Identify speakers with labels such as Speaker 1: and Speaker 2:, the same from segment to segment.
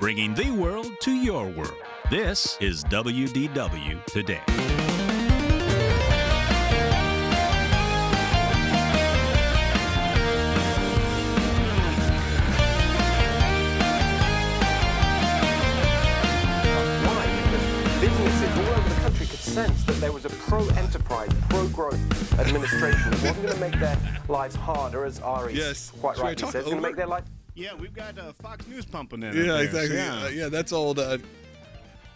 Speaker 1: bringing the world to your world. This is WDW Today.
Speaker 2: Because businesses all over the country could sense that there was a pro-enterprise, pro-growth administration that wasn't going to make their lives harder, as Ari
Speaker 3: Yes.
Speaker 2: quite
Speaker 3: Should I
Speaker 2: rightly
Speaker 3: talk
Speaker 2: says. It's going
Speaker 3: over?
Speaker 2: to make their life.
Speaker 4: Yeah, we've got uh, Fox News pumping in. up
Speaker 3: Yeah,
Speaker 4: there.
Speaker 3: exactly.
Speaker 4: Yeah.
Speaker 3: Yeah. yeah, that's old. Uh,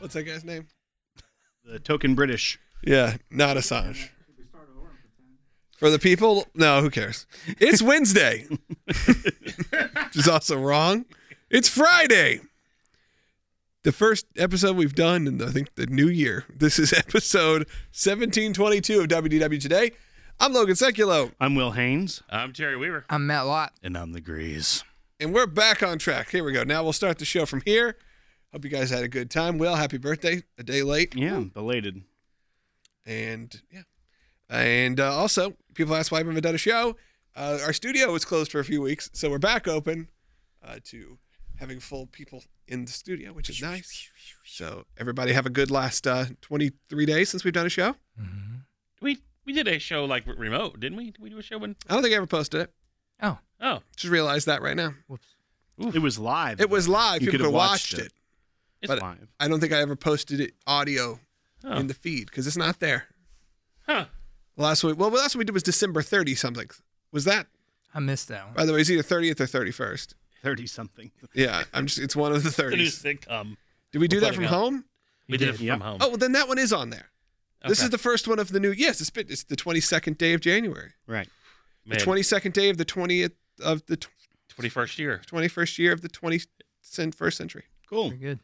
Speaker 3: what's that guy's name?
Speaker 4: The token British.
Speaker 3: Yeah, not Assange. For the people, no, who cares? It's Wednesday, which is also wrong. It's Friday. The first episode we've done in, I think, the new year. This is episode 1722 of WDW Today. I'm Logan Seculo,
Speaker 4: I'm Will Haynes. Uh,
Speaker 5: I'm Terry Weaver.
Speaker 6: I'm Matt Lott.
Speaker 4: And I'm the Grease.
Speaker 3: and we're back on track. Here we go. Now we'll start the show from here. Hope you guys had a good time. Will, happy birthday. A day late.
Speaker 4: Yeah, belated.
Speaker 3: and yeah, and uh, also people ask why we haven't done a show. Uh, our studio was closed for a few weeks, so we're back open uh, to having full people in the studio, which is nice. So everybody have a good last uh, 23 days since we've done a show.
Speaker 5: We we did a show like re- remote, didn't we? Did we do a show when?
Speaker 3: I don't think I ever posted it.
Speaker 6: Oh,
Speaker 5: Oh,
Speaker 3: Just realized that right now.
Speaker 4: It was live.
Speaker 3: It was live.
Speaker 4: You
Speaker 3: people
Speaker 4: could've
Speaker 3: could
Speaker 4: watched
Speaker 3: watched,
Speaker 4: it.
Speaker 3: it.
Speaker 5: it's
Speaker 3: But-
Speaker 5: live.
Speaker 3: I don't think I ever posted it audio
Speaker 5: Oh.
Speaker 3: in the feed because it's not there.
Speaker 5: Huh.
Speaker 3: Last week, well, the last one we did was December 30 something. Was that?
Speaker 6: I missed that one.
Speaker 3: By the way, it's either 30th or 31st.
Speaker 4: 30 something.
Speaker 3: Yeah, I'm just. It's one of the
Speaker 5: It's a new
Speaker 3: 30s.
Speaker 5: sitcom.
Speaker 3: Did we do
Speaker 5: We'll
Speaker 3: that
Speaker 5: put
Speaker 3: from
Speaker 5: it out.
Speaker 3: home?
Speaker 5: We did,
Speaker 6: did,
Speaker 5: it from
Speaker 4: yeah.
Speaker 5: home.
Speaker 3: Oh, well, then that one is on there. This
Speaker 5: Okay.
Speaker 3: is the first one of the new. Yes, it's, been- it's the 22nd day of January.
Speaker 4: Right.
Speaker 3: The
Speaker 5: Man,
Speaker 3: 22nd day of the 20th of the tw-
Speaker 5: 21st year.
Speaker 3: 21st year of the 21st century.
Speaker 4: Cool.
Speaker 6: Very good.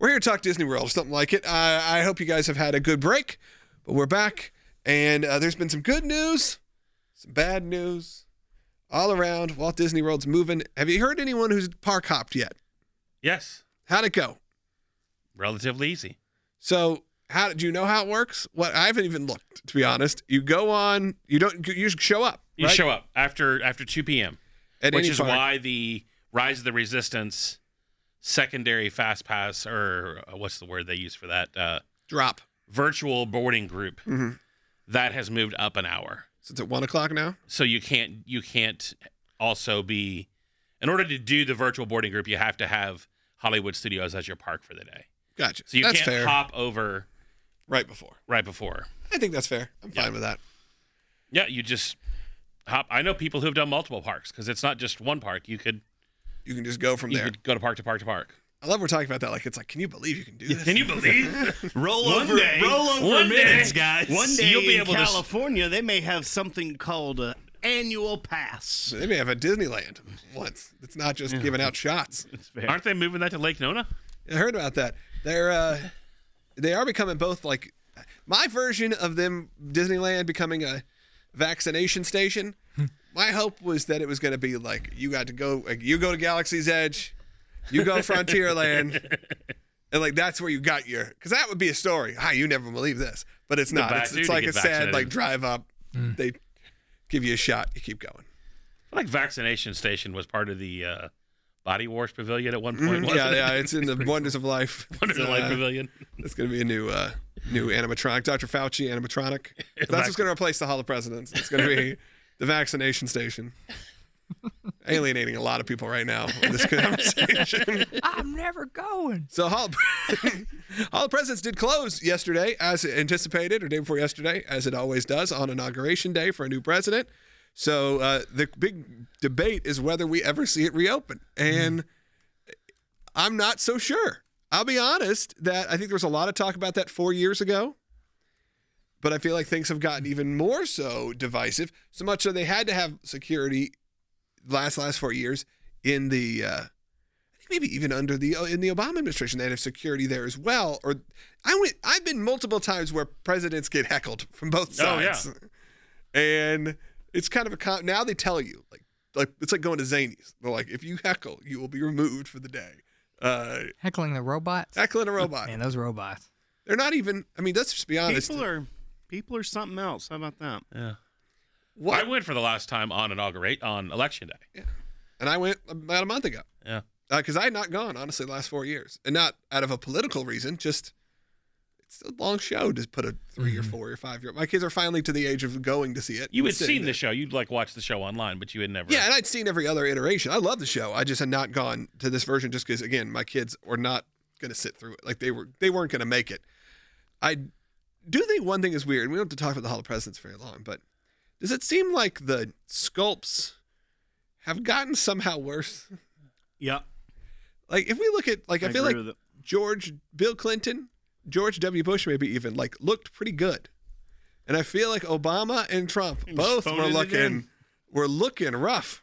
Speaker 3: We're here to talk Disney World or something like it. I, I hope you guys have had a good break, but we're back, and uh, there's been some good news, some bad news, all around. Walt Disney World's moving. Have you heard anyone who's park hopped yet?
Speaker 5: Yes,
Speaker 3: How'd it go?
Speaker 5: relatively easy.
Speaker 3: So how do you know how it works? What I haven't even looked to be honest. You go on. You don't. You just show up.
Speaker 5: You
Speaker 3: right?
Speaker 5: show up after after 2 p.m.,
Speaker 3: at
Speaker 5: which
Speaker 3: any
Speaker 5: is
Speaker 3: park.
Speaker 5: why the Rise of the Resistance secondary fast pass or uh, what's the word they use for that uh,
Speaker 3: drop.
Speaker 5: virtual boarding group
Speaker 3: Mhm.
Speaker 5: that has moved up an hour.
Speaker 3: So it's at one o'clock now.
Speaker 5: so you can't you can't also be in order to do the virtual boarding group you have to have hollywood studios as your park for the day
Speaker 3: Gotcha.
Speaker 5: so you
Speaker 3: that's
Speaker 5: can't
Speaker 3: fair.
Speaker 5: hop over
Speaker 3: right before.
Speaker 5: right before
Speaker 3: I think that's fair. I'm fine with that.
Speaker 5: yeah you just hop i know people who've done multiple parks because it's not just one park you could
Speaker 3: You can just go from
Speaker 5: you
Speaker 3: there.
Speaker 5: could go to park to park to park
Speaker 3: I love we're talking about that. Like it's like, can you believe you can do this?
Speaker 5: can you believe
Speaker 4: Roll
Speaker 5: One
Speaker 4: over,
Speaker 5: day-
Speaker 4: roll over
Speaker 5: one day-
Speaker 4: minutes, guys.
Speaker 5: one day You'll be
Speaker 4: in
Speaker 5: able to s-
Speaker 4: California, they may have something called an annual pass.
Speaker 3: they may have a Disneyland once. It's not just giving out shots.
Speaker 5: aren't they moving that to lake nona
Speaker 3: I heard about that. They're uh, they are becoming both like my version of them Disneyland becoming a vaccination station.
Speaker 5: Hmm.
Speaker 3: my hope was that it was going to be like you got to go, like, you go to Galaxy's Edge, you go Frontierland, and like that's where you got your. Because that would be a story. Hi, you never believe this, but it's not. It's,
Speaker 5: bats do
Speaker 3: it's
Speaker 5: to
Speaker 3: like a
Speaker 5: get
Speaker 3: sad like
Speaker 5: vaccinated. Hmm.
Speaker 3: drive up. They give you a shot, you keep going.
Speaker 5: I like vaccination station was part of the uh, body wars pavilion at one point wasn't
Speaker 3: yeah,
Speaker 5: it?
Speaker 3: yeah, it's in the Wonders of Life.
Speaker 5: Wonder
Speaker 3: Uh,
Speaker 5: Lake pavilion
Speaker 3: That's gonna be a new uh, new animatronic, Dr. Fauci animatronic. That's what's gonna replace the Hall of Presidents. It's gonna be the vaccination station. Alienating a lot of people right now in this conversation.
Speaker 6: I'm never going.
Speaker 3: so Hall of, Hall of Presidents did close yesterday, as anticipated, or day before yesterday, as it always does on inauguration day for a new president. So uh, the big debate is whether we ever see it reopen, and I'm not so sure. I'll be honest that I think there was a lot of talk about that four years ago, but I feel like things have gotten even more so divisive. So much so they had to have security last last four years in the. Uh, I think Maybe even under the uh, in the Obama administration, they had to have security there as well. Or I went, I've been multiple times where presidents get heckled from both
Speaker 5: Oh, yeah.
Speaker 3: sides, and it's kind of a con- now they tell you like like it's like going to Zanies. They're like, if you heckle, you will be removed for the day. Uh,
Speaker 6: Heckling the robots.
Speaker 3: heckling a robot.
Speaker 6: Man, those robots.
Speaker 3: They're not even. I mean, let's just be honest.
Speaker 4: People are, people are something else. How about that?
Speaker 3: What-
Speaker 5: i went for the last time on inaugurate on election day
Speaker 3: and I went about a month ago.
Speaker 5: Yeah.
Speaker 3: because I had not gone honestly the last four years, and not out of a political reason. Just it's a long show to put a 3 or four or five year. My kids are finally to the age of going to see it.
Speaker 5: Mm-hmm. You had
Speaker 3: It's sitting
Speaker 5: seen the show. You'd like watched the show online, but you had never.
Speaker 3: Yeah, and I'd seen every other iteration. I love the show. I just had not gone to this version just because, again, my kids were not going to sit through it. Like they were, they weren't going to make it. I do think one thing is weird. and We don't have to talk about the Hall of Presidents very long, but does it seem like the sculpts have gotten somehow worse?
Speaker 4: Yeah.
Speaker 3: Like if we look at, like I,
Speaker 4: I
Speaker 3: feel
Speaker 4: agree
Speaker 3: like
Speaker 4: with it.
Speaker 3: George, Bill Clinton, George W. Bush, maybe even like looked pretty good, and I feel like Obama and Trump both
Speaker 4: phoned
Speaker 3: were
Speaker 4: it
Speaker 3: looking
Speaker 4: in.
Speaker 3: were looking rough.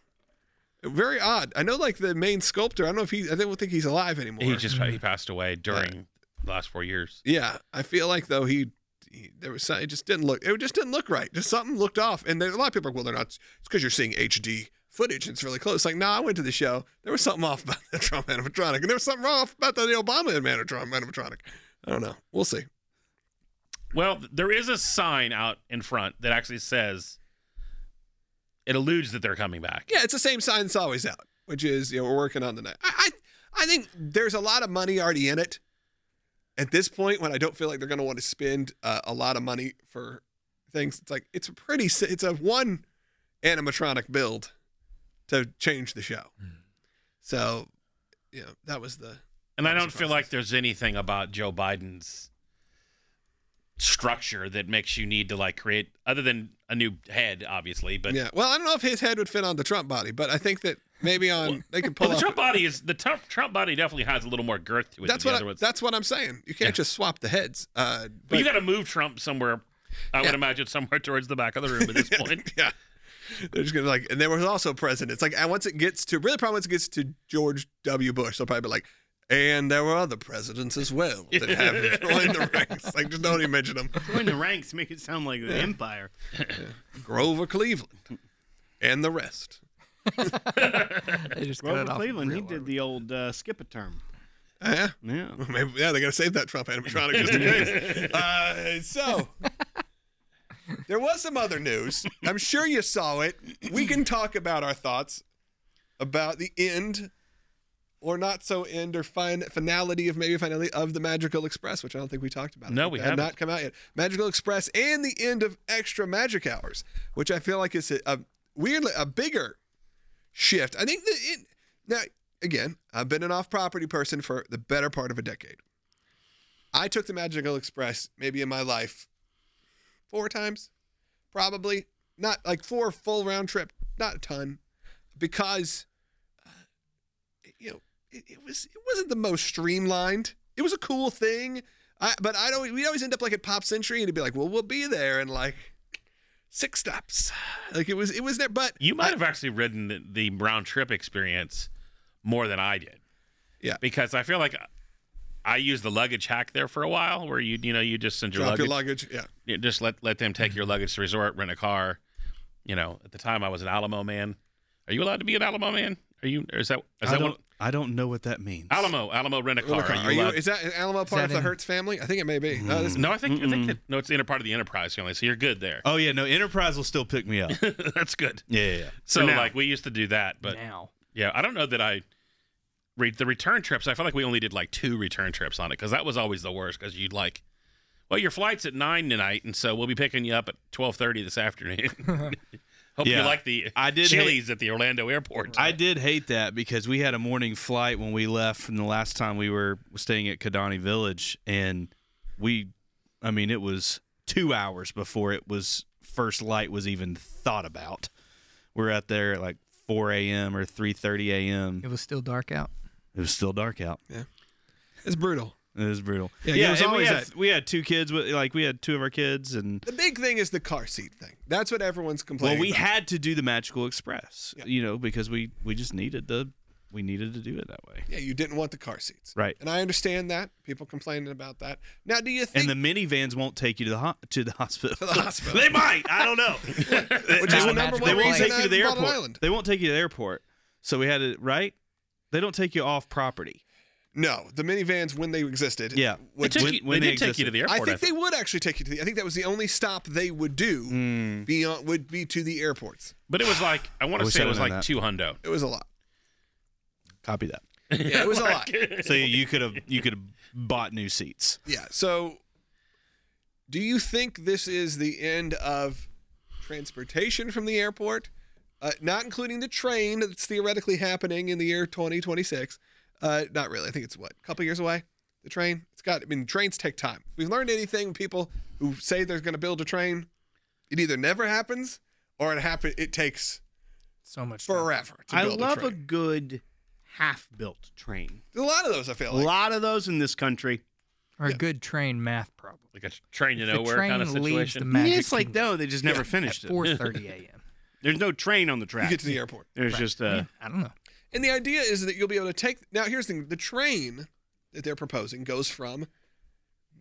Speaker 3: Very odd. I know, like the main sculptor. I don't know if he. I don't think he's alive anymore.
Speaker 5: He just he passed away during the last four years.
Speaker 3: Yeah, I feel like though he, he there was some, it just didn't look it just didn't look right. Just something looked off, and there, a lot of people are like, well, they're not. It's because you're seeing HD footage and it's really close. Like, no, nah, I went to the show. There was something off about the Trump animatronic, and there was something off about the Obama animatron- animatronic. I don't know. We'll see.
Speaker 5: Well, th- there is a sign out in front that actually says it alludes that they're coming back.
Speaker 3: Yeah, it's the same sign that's always out, which is you know we're working on the night. I I, I think there's a lot of money already in it. At this point, when I don't feel like they're going to want to spend uh, a lot of money for things, it's like it's a pretty si- it's a one animatronic build to change the show.
Speaker 5: Hmm.
Speaker 3: So, you know, that was the
Speaker 5: And I
Speaker 3: was
Speaker 5: don't
Speaker 3: the
Speaker 5: feel like there's anything about Joe Biden's structure that makes you need to like create other than a new head, obviously. But
Speaker 3: yeah. Well, I don't know if his head would fit on the Trump body, but I think that maybe on they could pull
Speaker 5: Well, the
Speaker 3: off-
Speaker 5: Trump body is the Trump, Trump body definitely has a little more girth to it.
Speaker 3: That's
Speaker 5: than the
Speaker 3: what
Speaker 5: other
Speaker 3: I,
Speaker 5: ones.
Speaker 3: that's what I'm saying. You can't
Speaker 5: Yeah.
Speaker 3: just swap the heads. Uh,
Speaker 5: But you got to move Trump somewhere. I
Speaker 3: Yeah.
Speaker 5: would imagine somewhere towards the back of the room at this point.
Speaker 3: yeah. They're just gonna be like, and there was also presidents. Like, and once it gets to really, probably once it gets to George W. Bush, they'll probably be like, and there were other presidents as well that have joined the ranks. Like, just don't even mention them.
Speaker 4: Join the ranks, make it sound like the empire.
Speaker 3: Grover Cleveland and the rest.
Speaker 6: They just cut it
Speaker 4: Grover
Speaker 6: off
Speaker 4: Cleveland, he
Speaker 6: real
Speaker 4: did
Speaker 6: early.
Speaker 4: the old uh, skip a term.
Speaker 3: Uh, Yeah,
Speaker 4: Yeah.
Speaker 3: maybe, yeah, they gotta save that Trump animatronic just in case. Uh, so. There was some other news. I'm sure you saw it. We can talk about our thoughts about the end or not so end or fin- finality of maybe finality of the Magical Express, which I don't think we talked about. I
Speaker 5: No,
Speaker 3: think
Speaker 5: we
Speaker 3: that had
Speaker 5: haven't.
Speaker 3: not come out yet. Magical Express and the end of Extra Magic Hours, which I feel like is a, a weirdly a bigger shift. I think that it now again, I've been an off-property person for the better part of a decade. I took the Magical Express maybe in my life four times, probably not like four full round trip, not a ton, because uh, you know it, it was it wasn't the most streamlined. It was a cool thing, I, but I don't. We always end up like at Pop Century, and it'd be like, well, we'll be there in like six stops. Like it was it was there, but
Speaker 5: You might have actually ridden the, the round trip experience more than I did.
Speaker 3: Yeah.
Speaker 5: Because I feel like I used the luggage hack there for a while where you you know you just send your
Speaker 3: drop
Speaker 5: luggage,
Speaker 3: your luggage. Yeah,
Speaker 5: you just let let them take your luggage to the resort, rent a car. You know, at the time I was an Alamo man. Are you allowed to be an Alamo man? Are you or is that is
Speaker 4: I
Speaker 5: that
Speaker 4: don't
Speaker 5: one
Speaker 4: I don't know what that means.
Speaker 5: Alamo Alamo rent a car.
Speaker 3: Rent a car.
Speaker 5: Are
Speaker 3: Are
Speaker 5: you
Speaker 3: you,
Speaker 5: allowed-
Speaker 3: is that an Alamo part
Speaker 6: that
Speaker 3: of the
Speaker 6: in- Mm.
Speaker 3: Hertz family? I think it may be. No, this,
Speaker 5: no, I think I think that, no, it's inner part of the enterprise family. So you're good there.
Speaker 4: Oh yeah, no, Enterprise will still pick me up. yeah,
Speaker 5: That's good.
Speaker 4: yeah, yeah.
Speaker 5: So
Speaker 4: For now.
Speaker 5: like we used to do that, but
Speaker 6: now.
Speaker 5: Yeah, I don't know that I read the return trips. I felt like we only did like two return trips on it because that was always the worst. Because you'd like, well, your flight's at nine tonight, and so we'll be picking you up at twelve thirty this afternoon. Hope you
Speaker 4: Yeah.
Speaker 5: like the
Speaker 4: I did
Speaker 5: Chili's at the Orlando airport.
Speaker 4: I did hate that because we had a morning flight when we left from the last time we were staying at Kadani Village, and we, I mean, it was two hours before it was first light was even thought about. We're out there at like 4 a.m. or 3:30 a.m.
Speaker 6: It was still dark out.
Speaker 4: It was still dark out.
Speaker 3: it's brutal.
Speaker 4: It was brutal.
Speaker 3: Yeah, it was
Speaker 4: and
Speaker 3: always
Speaker 4: we had, we had two kids with like we had two of our kids, and
Speaker 3: The big thing is the car seat thing. That's what everyone's complaining.
Speaker 4: well, we
Speaker 3: about.
Speaker 4: had to do the Magical Express, you know, because we we just needed the we needed to do it that way.
Speaker 3: Yeah, you didn't want the car seats.
Speaker 4: Right.
Speaker 3: And I understand that. People complaining about that. Now, do you think
Speaker 4: and the minivans won't take you to the ho- to the hospital.
Speaker 3: the hospital.
Speaker 4: they might. I don't know.
Speaker 3: which
Speaker 6: Not
Speaker 3: is the number
Speaker 6: a magical
Speaker 3: one
Speaker 4: they won't
Speaker 6: place.
Speaker 3: reason
Speaker 4: take
Speaker 3: I
Speaker 4: you to the
Speaker 3: bought an
Speaker 4: airport.
Speaker 3: island?
Speaker 4: They won't take you to the airport. So we had it right. They don't take you off property.
Speaker 3: No, the minivans when they existed.
Speaker 4: Yeah.
Speaker 5: They,
Speaker 3: would-
Speaker 5: took
Speaker 4: when-
Speaker 5: you,
Speaker 4: when
Speaker 5: they
Speaker 4: they
Speaker 5: did take you to the
Speaker 3: I
Speaker 5: airport.
Speaker 3: think they would actually take you to the. I think that was the only stop they would do
Speaker 4: Hmm.
Speaker 3: beyond would be to the airports.
Speaker 5: but it was like I want
Speaker 4: I
Speaker 5: to
Speaker 4: wish
Speaker 5: say
Speaker 4: I
Speaker 5: it was
Speaker 4: would've
Speaker 5: like
Speaker 4: known that.
Speaker 5: two hundo.
Speaker 3: It was a lot.
Speaker 4: Copy that.
Speaker 3: Yeah, it was a lot.
Speaker 4: So you could have you could have bought new seats.
Speaker 3: Yeah. So, do you think this is the end of transportation from the airport? Uh, not including the train that's theoretically happening in the year 2026. Uh, not really. I think it's what a couple years away. The train. It's got. I mean, trains take time. If we've learned anything, people who say they're going to build a train, it either never happens or it happen. It takes
Speaker 6: So much. time.
Speaker 3: forever to
Speaker 7: I
Speaker 3: build
Speaker 7: love
Speaker 3: a
Speaker 7: a,
Speaker 3: train.
Speaker 7: good half-built train.
Speaker 3: There's a lot of those. I feel
Speaker 7: A
Speaker 3: like.
Speaker 7: lot of those in this country.
Speaker 6: Or a good train math problem.
Speaker 5: like a train to
Speaker 6: If the
Speaker 5: nowhere
Speaker 6: train
Speaker 5: kind of
Speaker 6: leaves the
Speaker 5: situation.
Speaker 6: magic
Speaker 7: it's like
Speaker 6: Kingdom
Speaker 7: no, they just never
Speaker 6: at
Speaker 7: finished it.
Speaker 6: 4:30 a.m.
Speaker 7: There's no train on the track.
Speaker 3: You get to the airport.
Speaker 7: There's just uh,
Speaker 6: I don't know.
Speaker 3: And the idea is that you'll be able to take. Now, here's the thing the train that they're proposing goes from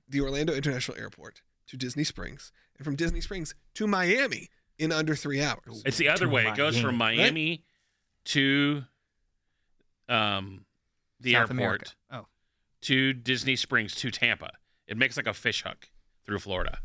Speaker 3: the Orlando International Airport to Disney Springs, and from Disney Springs to Miami in under three hours.
Speaker 5: It's the other way. It goes from
Speaker 3: Miami.
Speaker 5: Miami to um the
Speaker 6: South
Speaker 5: airport
Speaker 6: America. Oh,
Speaker 5: to Disney Springs to Tampa. It makes like a fish hook through Florida.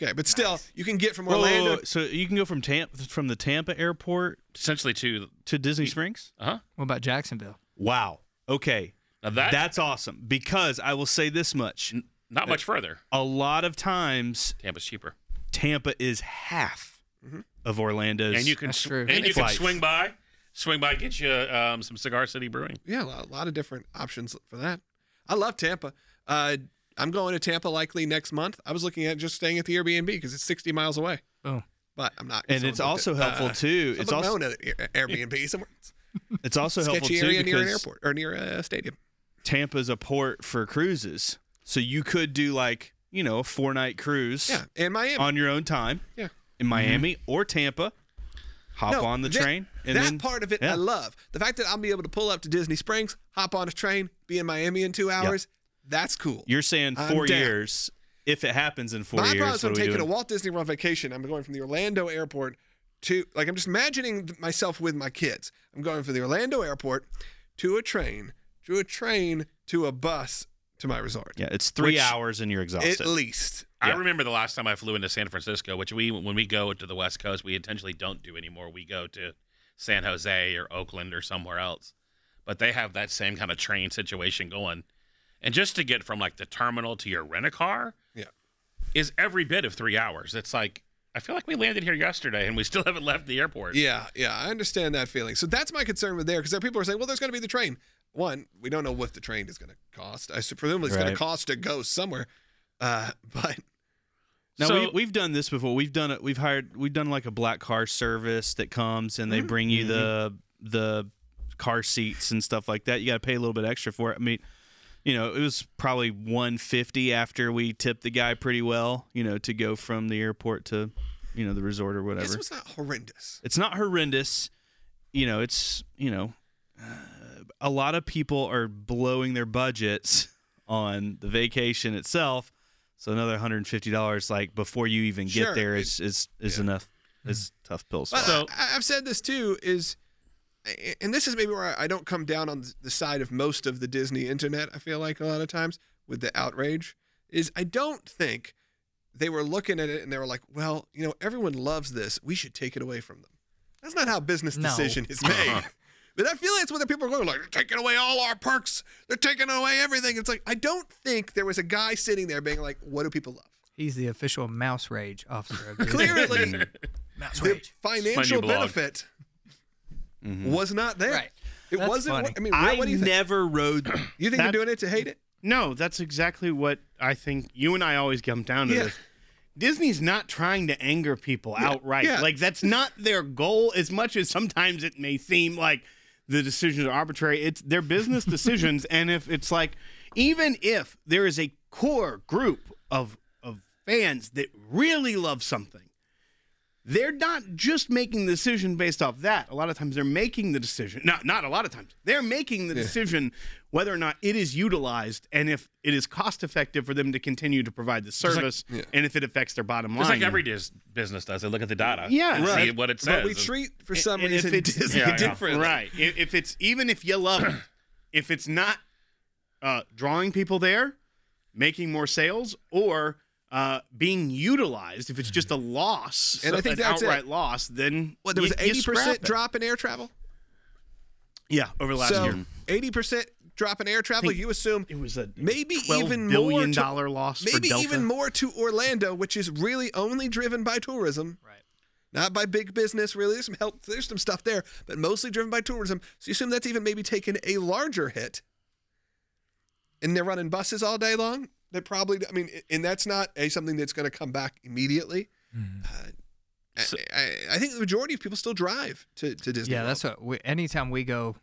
Speaker 3: Okay, but still, you can get from
Speaker 4: Whoa, whoa,
Speaker 3: Orlando.
Speaker 4: whoa. So you can go from Tampa from the Tampa airport
Speaker 5: Essentially to
Speaker 4: to Disney Springs.
Speaker 5: uh huh.
Speaker 6: what about Jacksonville?
Speaker 4: Wow. Okay.
Speaker 5: Now that
Speaker 4: That's awesome because I will say this much:
Speaker 5: not much further.
Speaker 4: a lot of times
Speaker 5: Tampa's cheaper.
Speaker 4: Tampa is half
Speaker 3: Mm-hmm.
Speaker 4: of Orlando's.
Speaker 5: and you can
Speaker 6: That's
Speaker 5: sw-
Speaker 6: true.
Speaker 5: and,
Speaker 4: And
Speaker 5: you can
Speaker 4: flights.
Speaker 5: swing by, swing by, get you um, some Cigar City Brewing.
Speaker 3: Yeah, a lot, a lot of different options for that. I love Tampa. Uh, I'm going to Tampa likely next month. I was looking at just staying at the Airbnb because it's 60 miles away,
Speaker 6: Oh,
Speaker 3: but I'm not.
Speaker 4: and it's also
Speaker 3: uh,
Speaker 4: helpful too. It's also
Speaker 3: known at Air- Airbnb somewhere. It's
Speaker 4: it's also
Speaker 3: a
Speaker 4: helpful
Speaker 3: sketchy
Speaker 4: too
Speaker 3: area near an
Speaker 4: because
Speaker 3: airport or near a stadium.
Speaker 4: Tampa's a port for cruises, so you could do like you know a four night cruise
Speaker 3: Yeah, and Miami.
Speaker 4: on your own time
Speaker 3: yeah.
Speaker 4: in Miami or Tampa. Hop
Speaker 3: No,
Speaker 4: on the
Speaker 3: that-
Speaker 4: train. And
Speaker 3: that
Speaker 4: then,
Speaker 3: part of it
Speaker 4: yeah.
Speaker 3: I love. The fact that I'll be able to pull up to Disney Springs, hop on a train, be in Miami in two hours. That's cool.
Speaker 4: You're saying
Speaker 3: I'm
Speaker 4: four
Speaker 3: down.
Speaker 4: years. If it happens in four
Speaker 3: My problem
Speaker 4: years,
Speaker 3: is
Speaker 4: what
Speaker 3: I'm
Speaker 4: are we
Speaker 3: taking
Speaker 4: doing?
Speaker 3: a Walt Disney World vacation. I'm going from the Orlando airport to like I'm just imagining th- myself with my kids. I'm going from the Orlando airport to a train, to a train to a bus to my resort.
Speaker 4: yeah, it's three
Speaker 3: Which-
Speaker 4: hours and you're exhausted.
Speaker 3: At least.
Speaker 5: I remember the last time I flew into San Francisco, which we when we go to the West Coast, we intentionally don't do anymore. We go to San Jose or Oakland or somewhere else. But they have that same kind of train situation going. And just to get from like the terminal to your rent a car
Speaker 3: Yeah.
Speaker 5: is every bit of three hours. It's like I feel like we landed here yesterday and we still haven't left the airport.
Speaker 3: Yeah, yeah, I understand that feeling. So that's my concern with there because there are people who are saying, well, there's going to be the train. One, we don't know what the train is going to cost. I su- presumably it's going
Speaker 4: Right.
Speaker 3: to cost to go somewhere. Uh, but
Speaker 4: Now
Speaker 5: So-
Speaker 4: we, we've done this before. We've done it. We've hired. We've done like a black car service that comes and they bring you the the car seats and stuff like that. You got to pay a little bit extra for it. I mean, you know, it was probably one fifty after we tipped the guy pretty well. You know, to go from the airport to you know the resort or
Speaker 3: this
Speaker 4: whatever.
Speaker 3: was not horrendous.
Speaker 4: It's not horrendous. You know, it's you know, uh, a lot of people are blowing their budgets on the vacation itself. So another hundred and fifty dollars, like before you even get
Speaker 3: Sure,
Speaker 4: there,
Speaker 3: it-
Speaker 4: is is is enough. Is tough pills.
Speaker 3: But
Speaker 4: Mm-hmm. so
Speaker 3: I, I've said this too is, and this is maybe where I don't come down on the side of most of the Disney internet. I feel like a lot of times with the outrage is I don't think they were looking at it and they were like, well, you know, everyone loves this. We should take it away from them. That's not how business
Speaker 6: No.
Speaker 3: decision is made. But I feel that's where the people are going. Like they're taking away all our perks. They're taking away everything. It's like I don't think there was a guy sitting there being like, "What do people love?"
Speaker 6: he's the official mouse rage officer of Disney.
Speaker 3: Clearly,
Speaker 6: mouse
Speaker 3: the
Speaker 6: rage.
Speaker 3: financial
Speaker 5: blog.
Speaker 3: benefit was not there.
Speaker 6: Right.
Speaker 3: It
Speaker 6: That's
Speaker 3: wasn't.
Speaker 6: funny.
Speaker 3: I mean,
Speaker 4: I
Speaker 3: what, what do you think?
Speaker 4: never rode.
Speaker 3: You think they're
Speaker 7: That-
Speaker 3: doing it to hate it?
Speaker 7: no. That's exactly what I think. You and I always come down to
Speaker 3: Yeah.
Speaker 7: this. Disney's not trying to anger people outright.
Speaker 3: yeah.
Speaker 7: Like that's not their goal. As much as sometimes it may seem like the decisions are arbitrary, it's their business decisions. and if it's like, even if there is a core group of of fans that really love something, they're not just making the decision based off that. A lot of times they're making the decision. Not not a lot of times. They're making the decision whether or not it is utilized and if it is cost effective for them to continue to provide the service and if it affects their bottom
Speaker 5: Just
Speaker 7: line.
Speaker 5: like every dis- business does, they look at the data,
Speaker 7: Yeah.
Speaker 5: and see
Speaker 7: Right.
Speaker 5: what it says.
Speaker 3: But we
Speaker 5: and-
Speaker 3: treat for some
Speaker 7: and if
Speaker 3: reason
Speaker 7: it's-
Speaker 3: Disney
Speaker 5: Yeah, I know.
Speaker 3: differently.
Speaker 7: Right. If, if it's even if you love it, if it's not uh, drawing people there, making more sales, or uh, being utilized, if it's just a loss,
Speaker 3: And I think
Speaker 7: an
Speaker 3: that's it.
Speaker 7: outright loss, then
Speaker 3: What there was
Speaker 7: you- you
Speaker 3: eighty
Speaker 7: scrap
Speaker 3: percent
Speaker 7: it.
Speaker 3: drop in air travel.
Speaker 7: Yeah, over the last
Speaker 3: so
Speaker 7: year.
Speaker 3: eighty percent drop in air travel.
Speaker 7: Think
Speaker 3: You assume
Speaker 7: It was a
Speaker 3: maybe
Speaker 7: $12
Speaker 3: even more
Speaker 7: billion
Speaker 3: to-
Speaker 7: dollar loss for
Speaker 3: maybe
Speaker 7: Delta.
Speaker 3: even more to Orlando, which is really only driven by tourism.
Speaker 6: Right.
Speaker 3: Not by big business, really. There's some help, there's some stuff there, but mostly driven by tourism. So you assume that's even maybe taken a larger hit. And they're running buses all day long. They probably, I mean, and that's not a something that's going to come back immediately. Uh, I-
Speaker 5: So-
Speaker 3: I, I think the majority of people still drive to, to Disney.
Speaker 6: Yeah,
Speaker 3: World.
Speaker 6: that's what. We, anytime we go,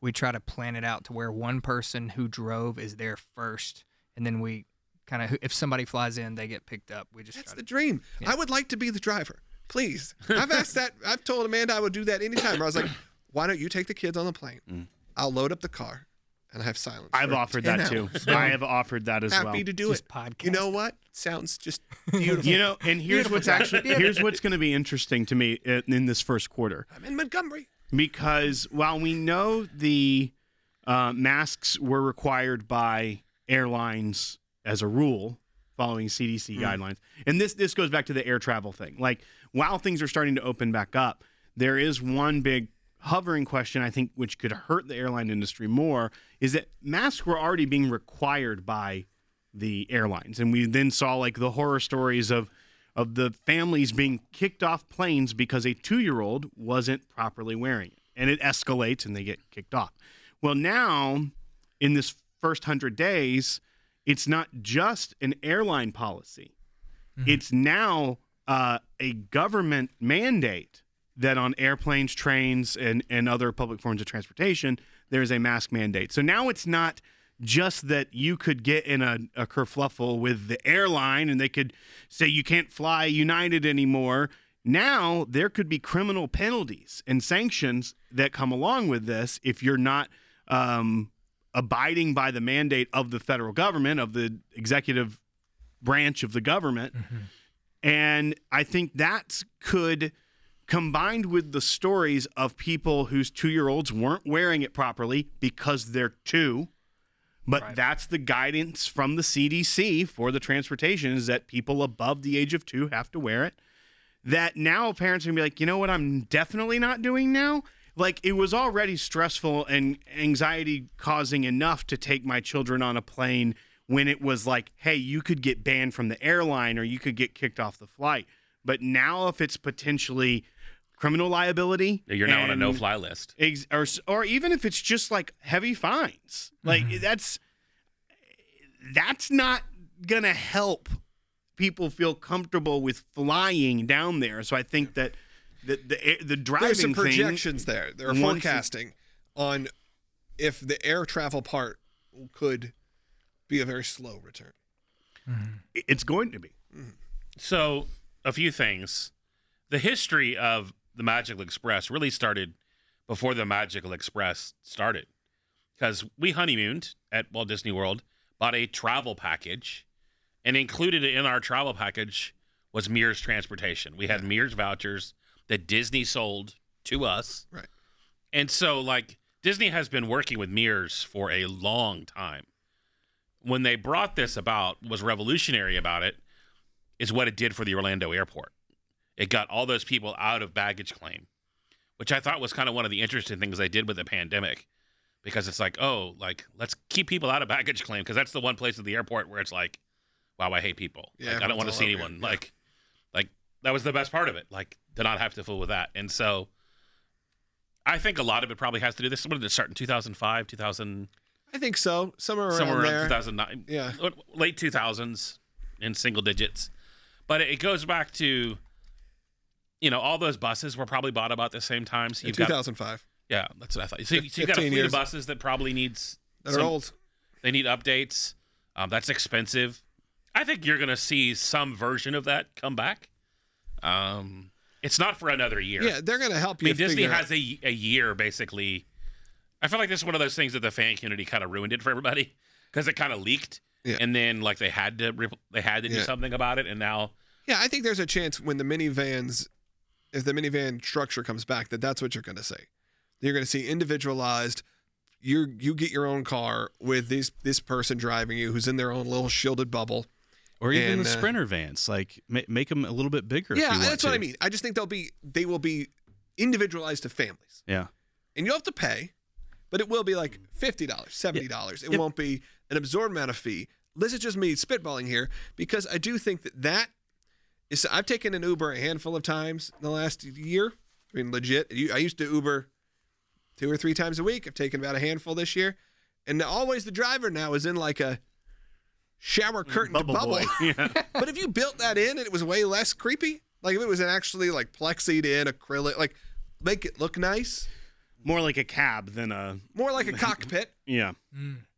Speaker 6: we try to plan it out to where one person who drove is there first, and then we kind of if somebody flies in, they get picked up. We just
Speaker 3: That's
Speaker 6: try
Speaker 3: the
Speaker 6: to,
Speaker 3: dream. I would like to be the driver. Please. I've asked that. I've told Amanda I would do that anytime. I was like, why don't you take the kids on the plane?
Speaker 5: Mm.
Speaker 3: I'll load up the car and I have silence.
Speaker 7: I've
Speaker 3: for
Speaker 7: offered
Speaker 3: 10
Speaker 7: that too.
Speaker 3: hours.
Speaker 7: I have offered that as
Speaker 3: Happy
Speaker 7: well.
Speaker 3: to do
Speaker 6: Just
Speaker 3: it. You know what? Sounds just beautiful.
Speaker 7: You know, and here's
Speaker 6: Beautiful
Speaker 7: what's
Speaker 6: job.
Speaker 7: actually
Speaker 6: Beautiful.
Speaker 7: here's what's going to be interesting to me in, in this first quarter
Speaker 3: I'm in Montgomery.
Speaker 7: because while we know the uh, masks were required by airlines as a rule following CDC guidelines, and this this goes back to the air travel thing. Like while things are starting to open back up, there is one big hovering question I think which could hurt the airline industry more is that masks were already being required by the airlines and we then saw like the horror stories of of the families being kicked off planes because a 2-year-old wasn't properly wearing it and it escalates and they get kicked off well now in this first 100 days it's not just an airline policy it's now uh, a government mandate that on airplanes, trains, and, and other public forms of transportation, there is a mask mandate. So now it's not just that you could get in a, a kerfluffle with the airline and they could say you can't fly United anymore. Now there could be criminal penalties and sanctions that come along with this if you're not um, abiding by the mandate of the federal government, of the executive branch of the government. And I think that could, combined with the stories of people whose two year olds weren't wearing it properly because they're two, but that's the guidance from the CDC for the transportation is that people above the age of two have to wear it. That now parents are gonna be like, you know what, I'm definitely not doing now. Like it was already stressful and anxiety causing enough to take my children on a plane when it was like, hey, you could get banned from the airline or you could get kicked off the flight. But now if it's potentially criminal liability,
Speaker 5: You're now on a
Speaker 7: and-
Speaker 5: no-fly list.
Speaker 7: Ex- or s- or even if it's just like heavy fines. Like
Speaker 3: Mm-hmm.
Speaker 7: that's that's not going to help people feel comfortable with flying down there. So I think that the the, air- the driving
Speaker 3: There's some
Speaker 7: thing-
Speaker 3: projections there. There are
Speaker 7: Once you-
Speaker 3: forecasting on if the air travel part could be a very slow return.
Speaker 7: it's going to be.
Speaker 5: So, a few things. The history of the Magical Express really started before the Magical Express started because we honeymooned at Walt Disney World, bought a travel package, and included in our travel package was Mears transportation. We had Mears vouchers that Disney sold to us.
Speaker 3: Right.
Speaker 5: And so, like, Disney has been working with Mears for a long time. When they brought this about, was revolutionary about it is what it did for the Orlando airport. It got all those people out of baggage claim, which I thought was kind of one of the interesting things they did with the pandemic because it's like, oh, like let's keep people out of baggage claim because that's the one place at the airport where it's like, wow, I hate people.
Speaker 3: Yeah,
Speaker 5: like, I don't want to
Speaker 3: everyone's
Speaker 5: see
Speaker 3: all over
Speaker 5: anyone.
Speaker 3: it.
Speaker 5: Like, like that was the best part of it. Like to not have to fool with that. And so I think a lot of it probably has to do this. When did it start in 2005, 2000,
Speaker 3: I think so. Somewhere around
Speaker 5: somewhere around
Speaker 3: there.
Speaker 5: 2009
Speaker 3: Yeah.
Speaker 5: late 2000s in single digits but it goes back to you know all those buses were probably bought about the same time so
Speaker 3: in
Speaker 5: you've got
Speaker 3: 2005.
Speaker 5: yeah that's what i thought so, you- so you've got a
Speaker 3: 15
Speaker 5: fleet
Speaker 3: years.
Speaker 5: of buses that probably needs
Speaker 3: That are
Speaker 5: some-
Speaker 3: old.
Speaker 5: they need updates um, that's expensive i think you're gonna see some version of that come back um it's not for another year
Speaker 3: Yeah, they're going to help you.
Speaker 5: I mean, Disney
Speaker 3: figure out-
Speaker 5: has a, a year basically. I feel like this is one of those things that the fan community kind of ruined it for everybody because it kind of leaked,
Speaker 3: Yeah.
Speaker 5: and then like they had to rep- they had to do
Speaker 3: Yeah.
Speaker 5: something about it, and now
Speaker 3: Yeah, I think there's a chance when the minivans, if the minivan structure comes back, that that's what you're going to see. You're going to see individualized. You you get your own car with this this person driving you, who's in their own little shielded bubble.
Speaker 4: Or even
Speaker 3: And,
Speaker 4: the
Speaker 3: uh,
Speaker 4: sprinter vans, like ma- make them a little bit bigger. if
Speaker 3: yeah,
Speaker 4: you want
Speaker 3: that's what I
Speaker 4: to.
Speaker 3: mean. I just think they'll be they will be individualized to families,
Speaker 4: Yeah,
Speaker 3: and you'll have to pay. but it will be like fifty dollars, seventy dollars. It won't be an absurd amount of fee. This is just me spitballing here because I do think that that is. I've taken an Uber a handful of times in the last year. I mean, legit. You- I used to Uber two or three times a week. I've taken about a handful this year, and always the driver now is in like a shower curtain to
Speaker 7: Bubble
Speaker 3: bubble.
Speaker 7: boy. Yeah.
Speaker 3: But if you built that in and it was way less creepy, like if it was an actually like plexied in acrylic, like make it look nice,
Speaker 7: More like a cab than a
Speaker 3: more like a cockpit,
Speaker 7: yeah.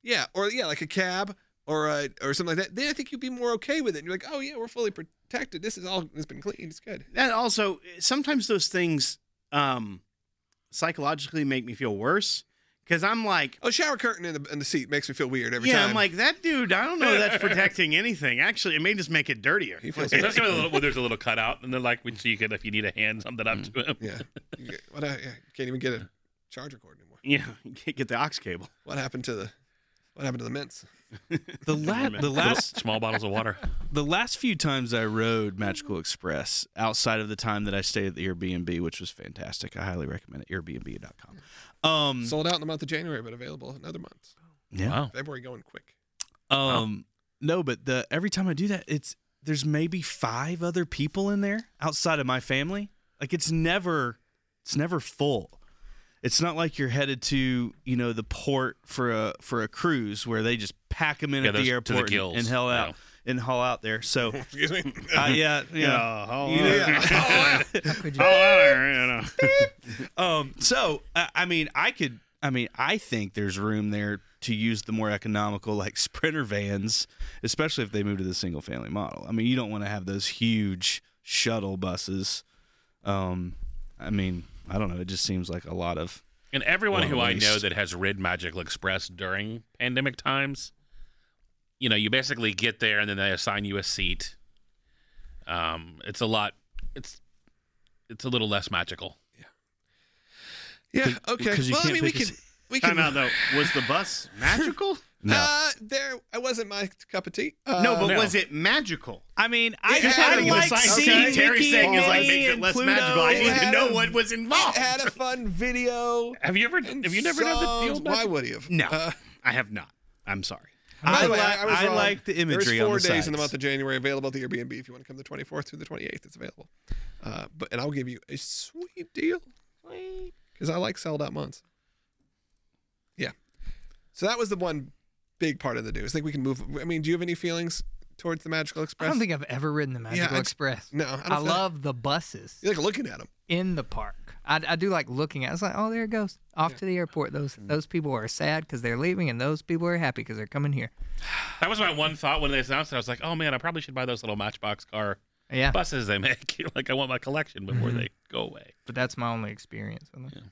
Speaker 3: yeah, or yeah, like a cab or a, or something like that. Then I think you'd be more okay with it. And you're like, oh yeah, we're fully protected. This is all it's been cleaned. It's good.
Speaker 7: That also sometimes those things um psychologically make me feel worse because I'm like,
Speaker 3: Oh, shower curtain in the in the seat makes me feel weird every
Speaker 7: yeah,
Speaker 3: time.
Speaker 7: I'm like that dude. I don't know if that's protecting anything. Actually, it may just make it dirtier.
Speaker 3: He feels
Speaker 5: Especially when, the little- when there's a little cutout, and they're like, when- so you can, if you need a hand, something up
Speaker 3: Mm.
Speaker 5: to him.
Speaker 3: yeah, You get- what? I, yeah, can't even get a charger cord anymore.
Speaker 7: Yeah, you can't get the aux cable.
Speaker 3: What happened to the what happened to the mints?
Speaker 4: The la- the last
Speaker 5: Small bottles of water.
Speaker 4: the last few times I rode Magical Express outside of the time that I stayed at the Airbnb, which was fantastic. I highly recommend it. Airbnb.com. Um,
Speaker 3: Sold out in the month of January, but available another month.
Speaker 4: yeah.
Speaker 5: Wow.
Speaker 3: February going quick.
Speaker 4: Um, no, but the every time I do that, it's there's maybe five other people in there outside of my family. Like it's never, it's never full. It's not like you're headed to you know the port for a for a cruise where they just pack them in
Speaker 5: Yeah,
Speaker 4: at the
Speaker 5: those- to the
Speaker 4: airport and-
Speaker 5: gills,
Speaker 4: and, hell out
Speaker 5: yeah.
Speaker 4: and haul out there. So uh,
Speaker 3: Excuse me.
Speaker 4: yeah, yeah.
Speaker 7: Oh,
Speaker 4: You know,
Speaker 6: How could you?
Speaker 7: oh, you know.
Speaker 4: Um, so I I mean, I could. I mean, I think there's room there to use the more economical, like Sprinter vans, especially if they move to the single family model. I mean, you don't want to have those huge shuttle buses. Um, I mean, I don't know. It just seems like a lot of.
Speaker 5: And everyone
Speaker 4: Well,
Speaker 5: who
Speaker 4: at
Speaker 5: I know
Speaker 4: least.
Speaker 5: that has rid Magical Express during pandemic times, you know, you basically get there and then they assign you a seat. Um, it's a lot. It's it's a little less magical.
Speaker 3: Yeah. Okay.
Speaker 4: because you
Speaker 3: well, I
Speaker 4: can't
Speaker 3: mean, we
Speaker 4: pick a
Speaker 3: can we can.
Speaker 7: Time out though. Was the bus magical?
Speaker 4: No,
Speaker 3: Uh, there. I wasn't my cup of tea. Uh,
Speaker 7: no, but
Speaker 5: no.
Speaker 7: was it magical?
Speaker 4: I mean, I,
Speaker 3: Just
Speaker 4: I
Speaker 3: having an
Speaker 4: like
Speaker 3: assigned
Speaker 4: seeing
Speaker 3: seat,
Speaker 7: Terry
Speaker 4: Mickey
Speaker 7: saying is
Speaker 4: and
Speaker 7: like
Speaker 4: Minnie
Speaker 7: makes it
Speaker 4: and
Speaker 7: less
Speaker 4: Pluto.
Speaker 7: magical. I need to
Speaker 3: had
Speaker 7: know
Speaker 3: a-
Speaker 7: what was
Speaker 3: it
Speaker 7: involved.
Speaker 3: had a fun video.
Speaker 5: Have you ever? Have you never done the
Speaker 3: songs.
Speaker 5: deal?
Speaker 3: Why would he have?
Speaker 7: no,
Speaker 3: Uh,
Speaker 7: I have not. I'm sorry.
Speaker 3: by
Speaker 4: I,
Speaker 3: the way,
Speaker 4: li-
Speaker 3: I, was
Speaker 4: I
Speaker 3: wrong.
Speaker 4: like the imagery
Speaker 3: There's
Speaker 4: on
Speaker 3: four
Speaker 4: the
Speaker 3: days in the
Speaker 4: sides.
Speaker 3: month of January available at the Airbnb if you want to come the 24th through the 28th. It's available. Uh, but and I'll give you a sweet deal. Because I like sold out months. Yeah. So that was the one big part of the news. I think we can move. I mean, do you have any feelings towards the Magical
Speaker 6: I
Speaker 3: Express?
Speaker 6: don't think I've ever ridden the Magical
Speaker 3: I-
Speaker 6: Express.
Speaker 3: no, I don't
Speaker 6: I
Speaker 3: feel-
Speaker 6: love the buses.
Speaker 3: you like looking at them.
Speaker 6: in the park. I, I do like looking at. It's like, oh, there it goes off to the airport. Those
Speaker 3: Mm-hmm.
Speaker 6: those people are sad because they're leaving, and those people are happy because they're coming here.
Speaker 5: That was my one thought when they announced it. I was like, oh man, I probably should buy those little Matchbox car
Speaker 6: Yeah, but,
Speaker 5: buses they make. You're like, I want my collection before they go away.
Speaker 6: that's my only experience. with it.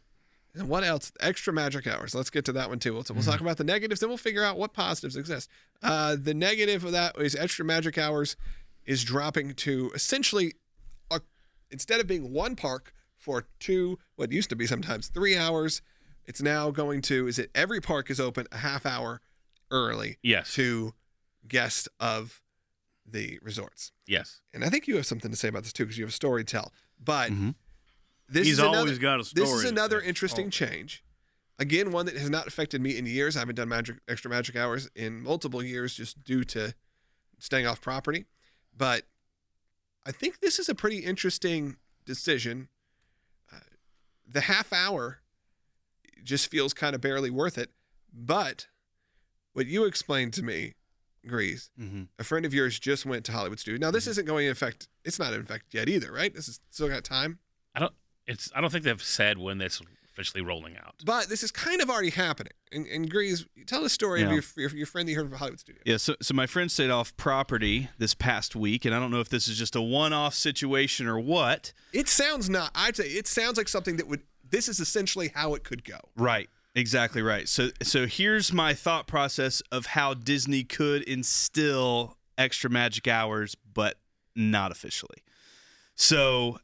Speaker 3: And what else? Extra magic hours. Let's get to that one too. We'll, we'll talk about the negatives, then we'll figure out what positives exist. Uh, the negative of that is extra magic hours is dropping to essentially, a, instead of being one park for two, what used to be sometimes three hours, it's now going to is it every park is open a half hour early
Speaker 5: Yes.
Speaker 3: to guests of the resorts.
Speaker 5: Yes.
Speaker 3: And I think you have something to say about this too because you have a story to tell. But this
Speaker 7: Mm-hmm. He's
Speaker 3: is another,
Speaker 7: always got a
Speaker 3: This
Speaker 7: story
Speaker 3: is
Speaker 7: to
Speaker 3: another
Speaker 7: tell.
Speaker 3: interesting change. Again, one that has not affected me in years. I haven't done magic extra magic hours in multiple years just due to staying off property. But I think this is a pretty interesting decision. Uh, the half hour just feels kind of barely worth it. But what you explained to me, Grease,
Speaker 4: Mhm.
Speaker 3: a friend of yours just went to Hollywood Studios. Now this
Speaker 5: Mm-hmm.
Speaker 3: isn't going in effect. It's not in effect yet either, right? This is still got time.
Speaker 5: I don't. It's. I don't think they've said when that's officially rolling out.
Speaker 3: But this is kind of already happening. And, and Grease, tell the story
Speaker 4: Yeah.
Speaker 3: of your, your your friend that you heard from Hollywood Studios.
Speaker 4: Yeah, so, so my friend stayed off property this past week, and I don't know if this is just a one off situation or what.
Speaker 3: It sounds not. I'd say it sounds like something that would. This is essentially how it could go.
Speaker 4: Right. Exactly right. So so here's my thought process of how Disney could instill extra magic hours but not officially. So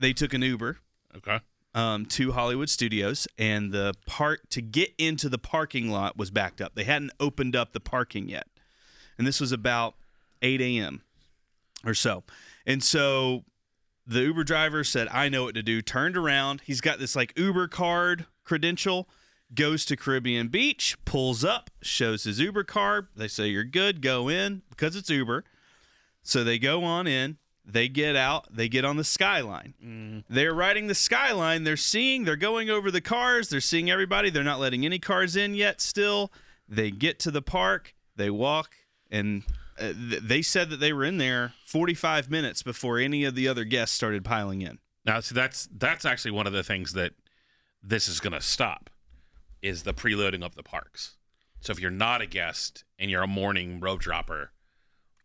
Speaker 4: they took an Uber
Speaker 5: Okay.
Speaker 4: um, to Hollywood Studios, and the park to get into the parking lot was backed up. They hadn't opened up the parking yet, and this was about 8 a.m. or so. And so the Uber driver said, "I know what to do." Turned around. He's got this like Uber card credential. goes to Caribbean Beach, pulls up, shows his Uber card. They say, You're good, go in because it's Uber. So they go on in, they get out, they get on the skyline.
Speaker 3: Mm.
Speaker 4: They're riding the skyline, they're seeing, they're going over the cars, they're seeing everybody, they're not letting any cars in yet still. They get to the park, they walk, and uh, th- they said that they were in there 45 minutes before any of the other guests started piling in.
Speaker 5: Now, see, that's that's actually one of the things that this is going to stop is the preloading of the parks. So if you're not a guest and you're a morning road dropper,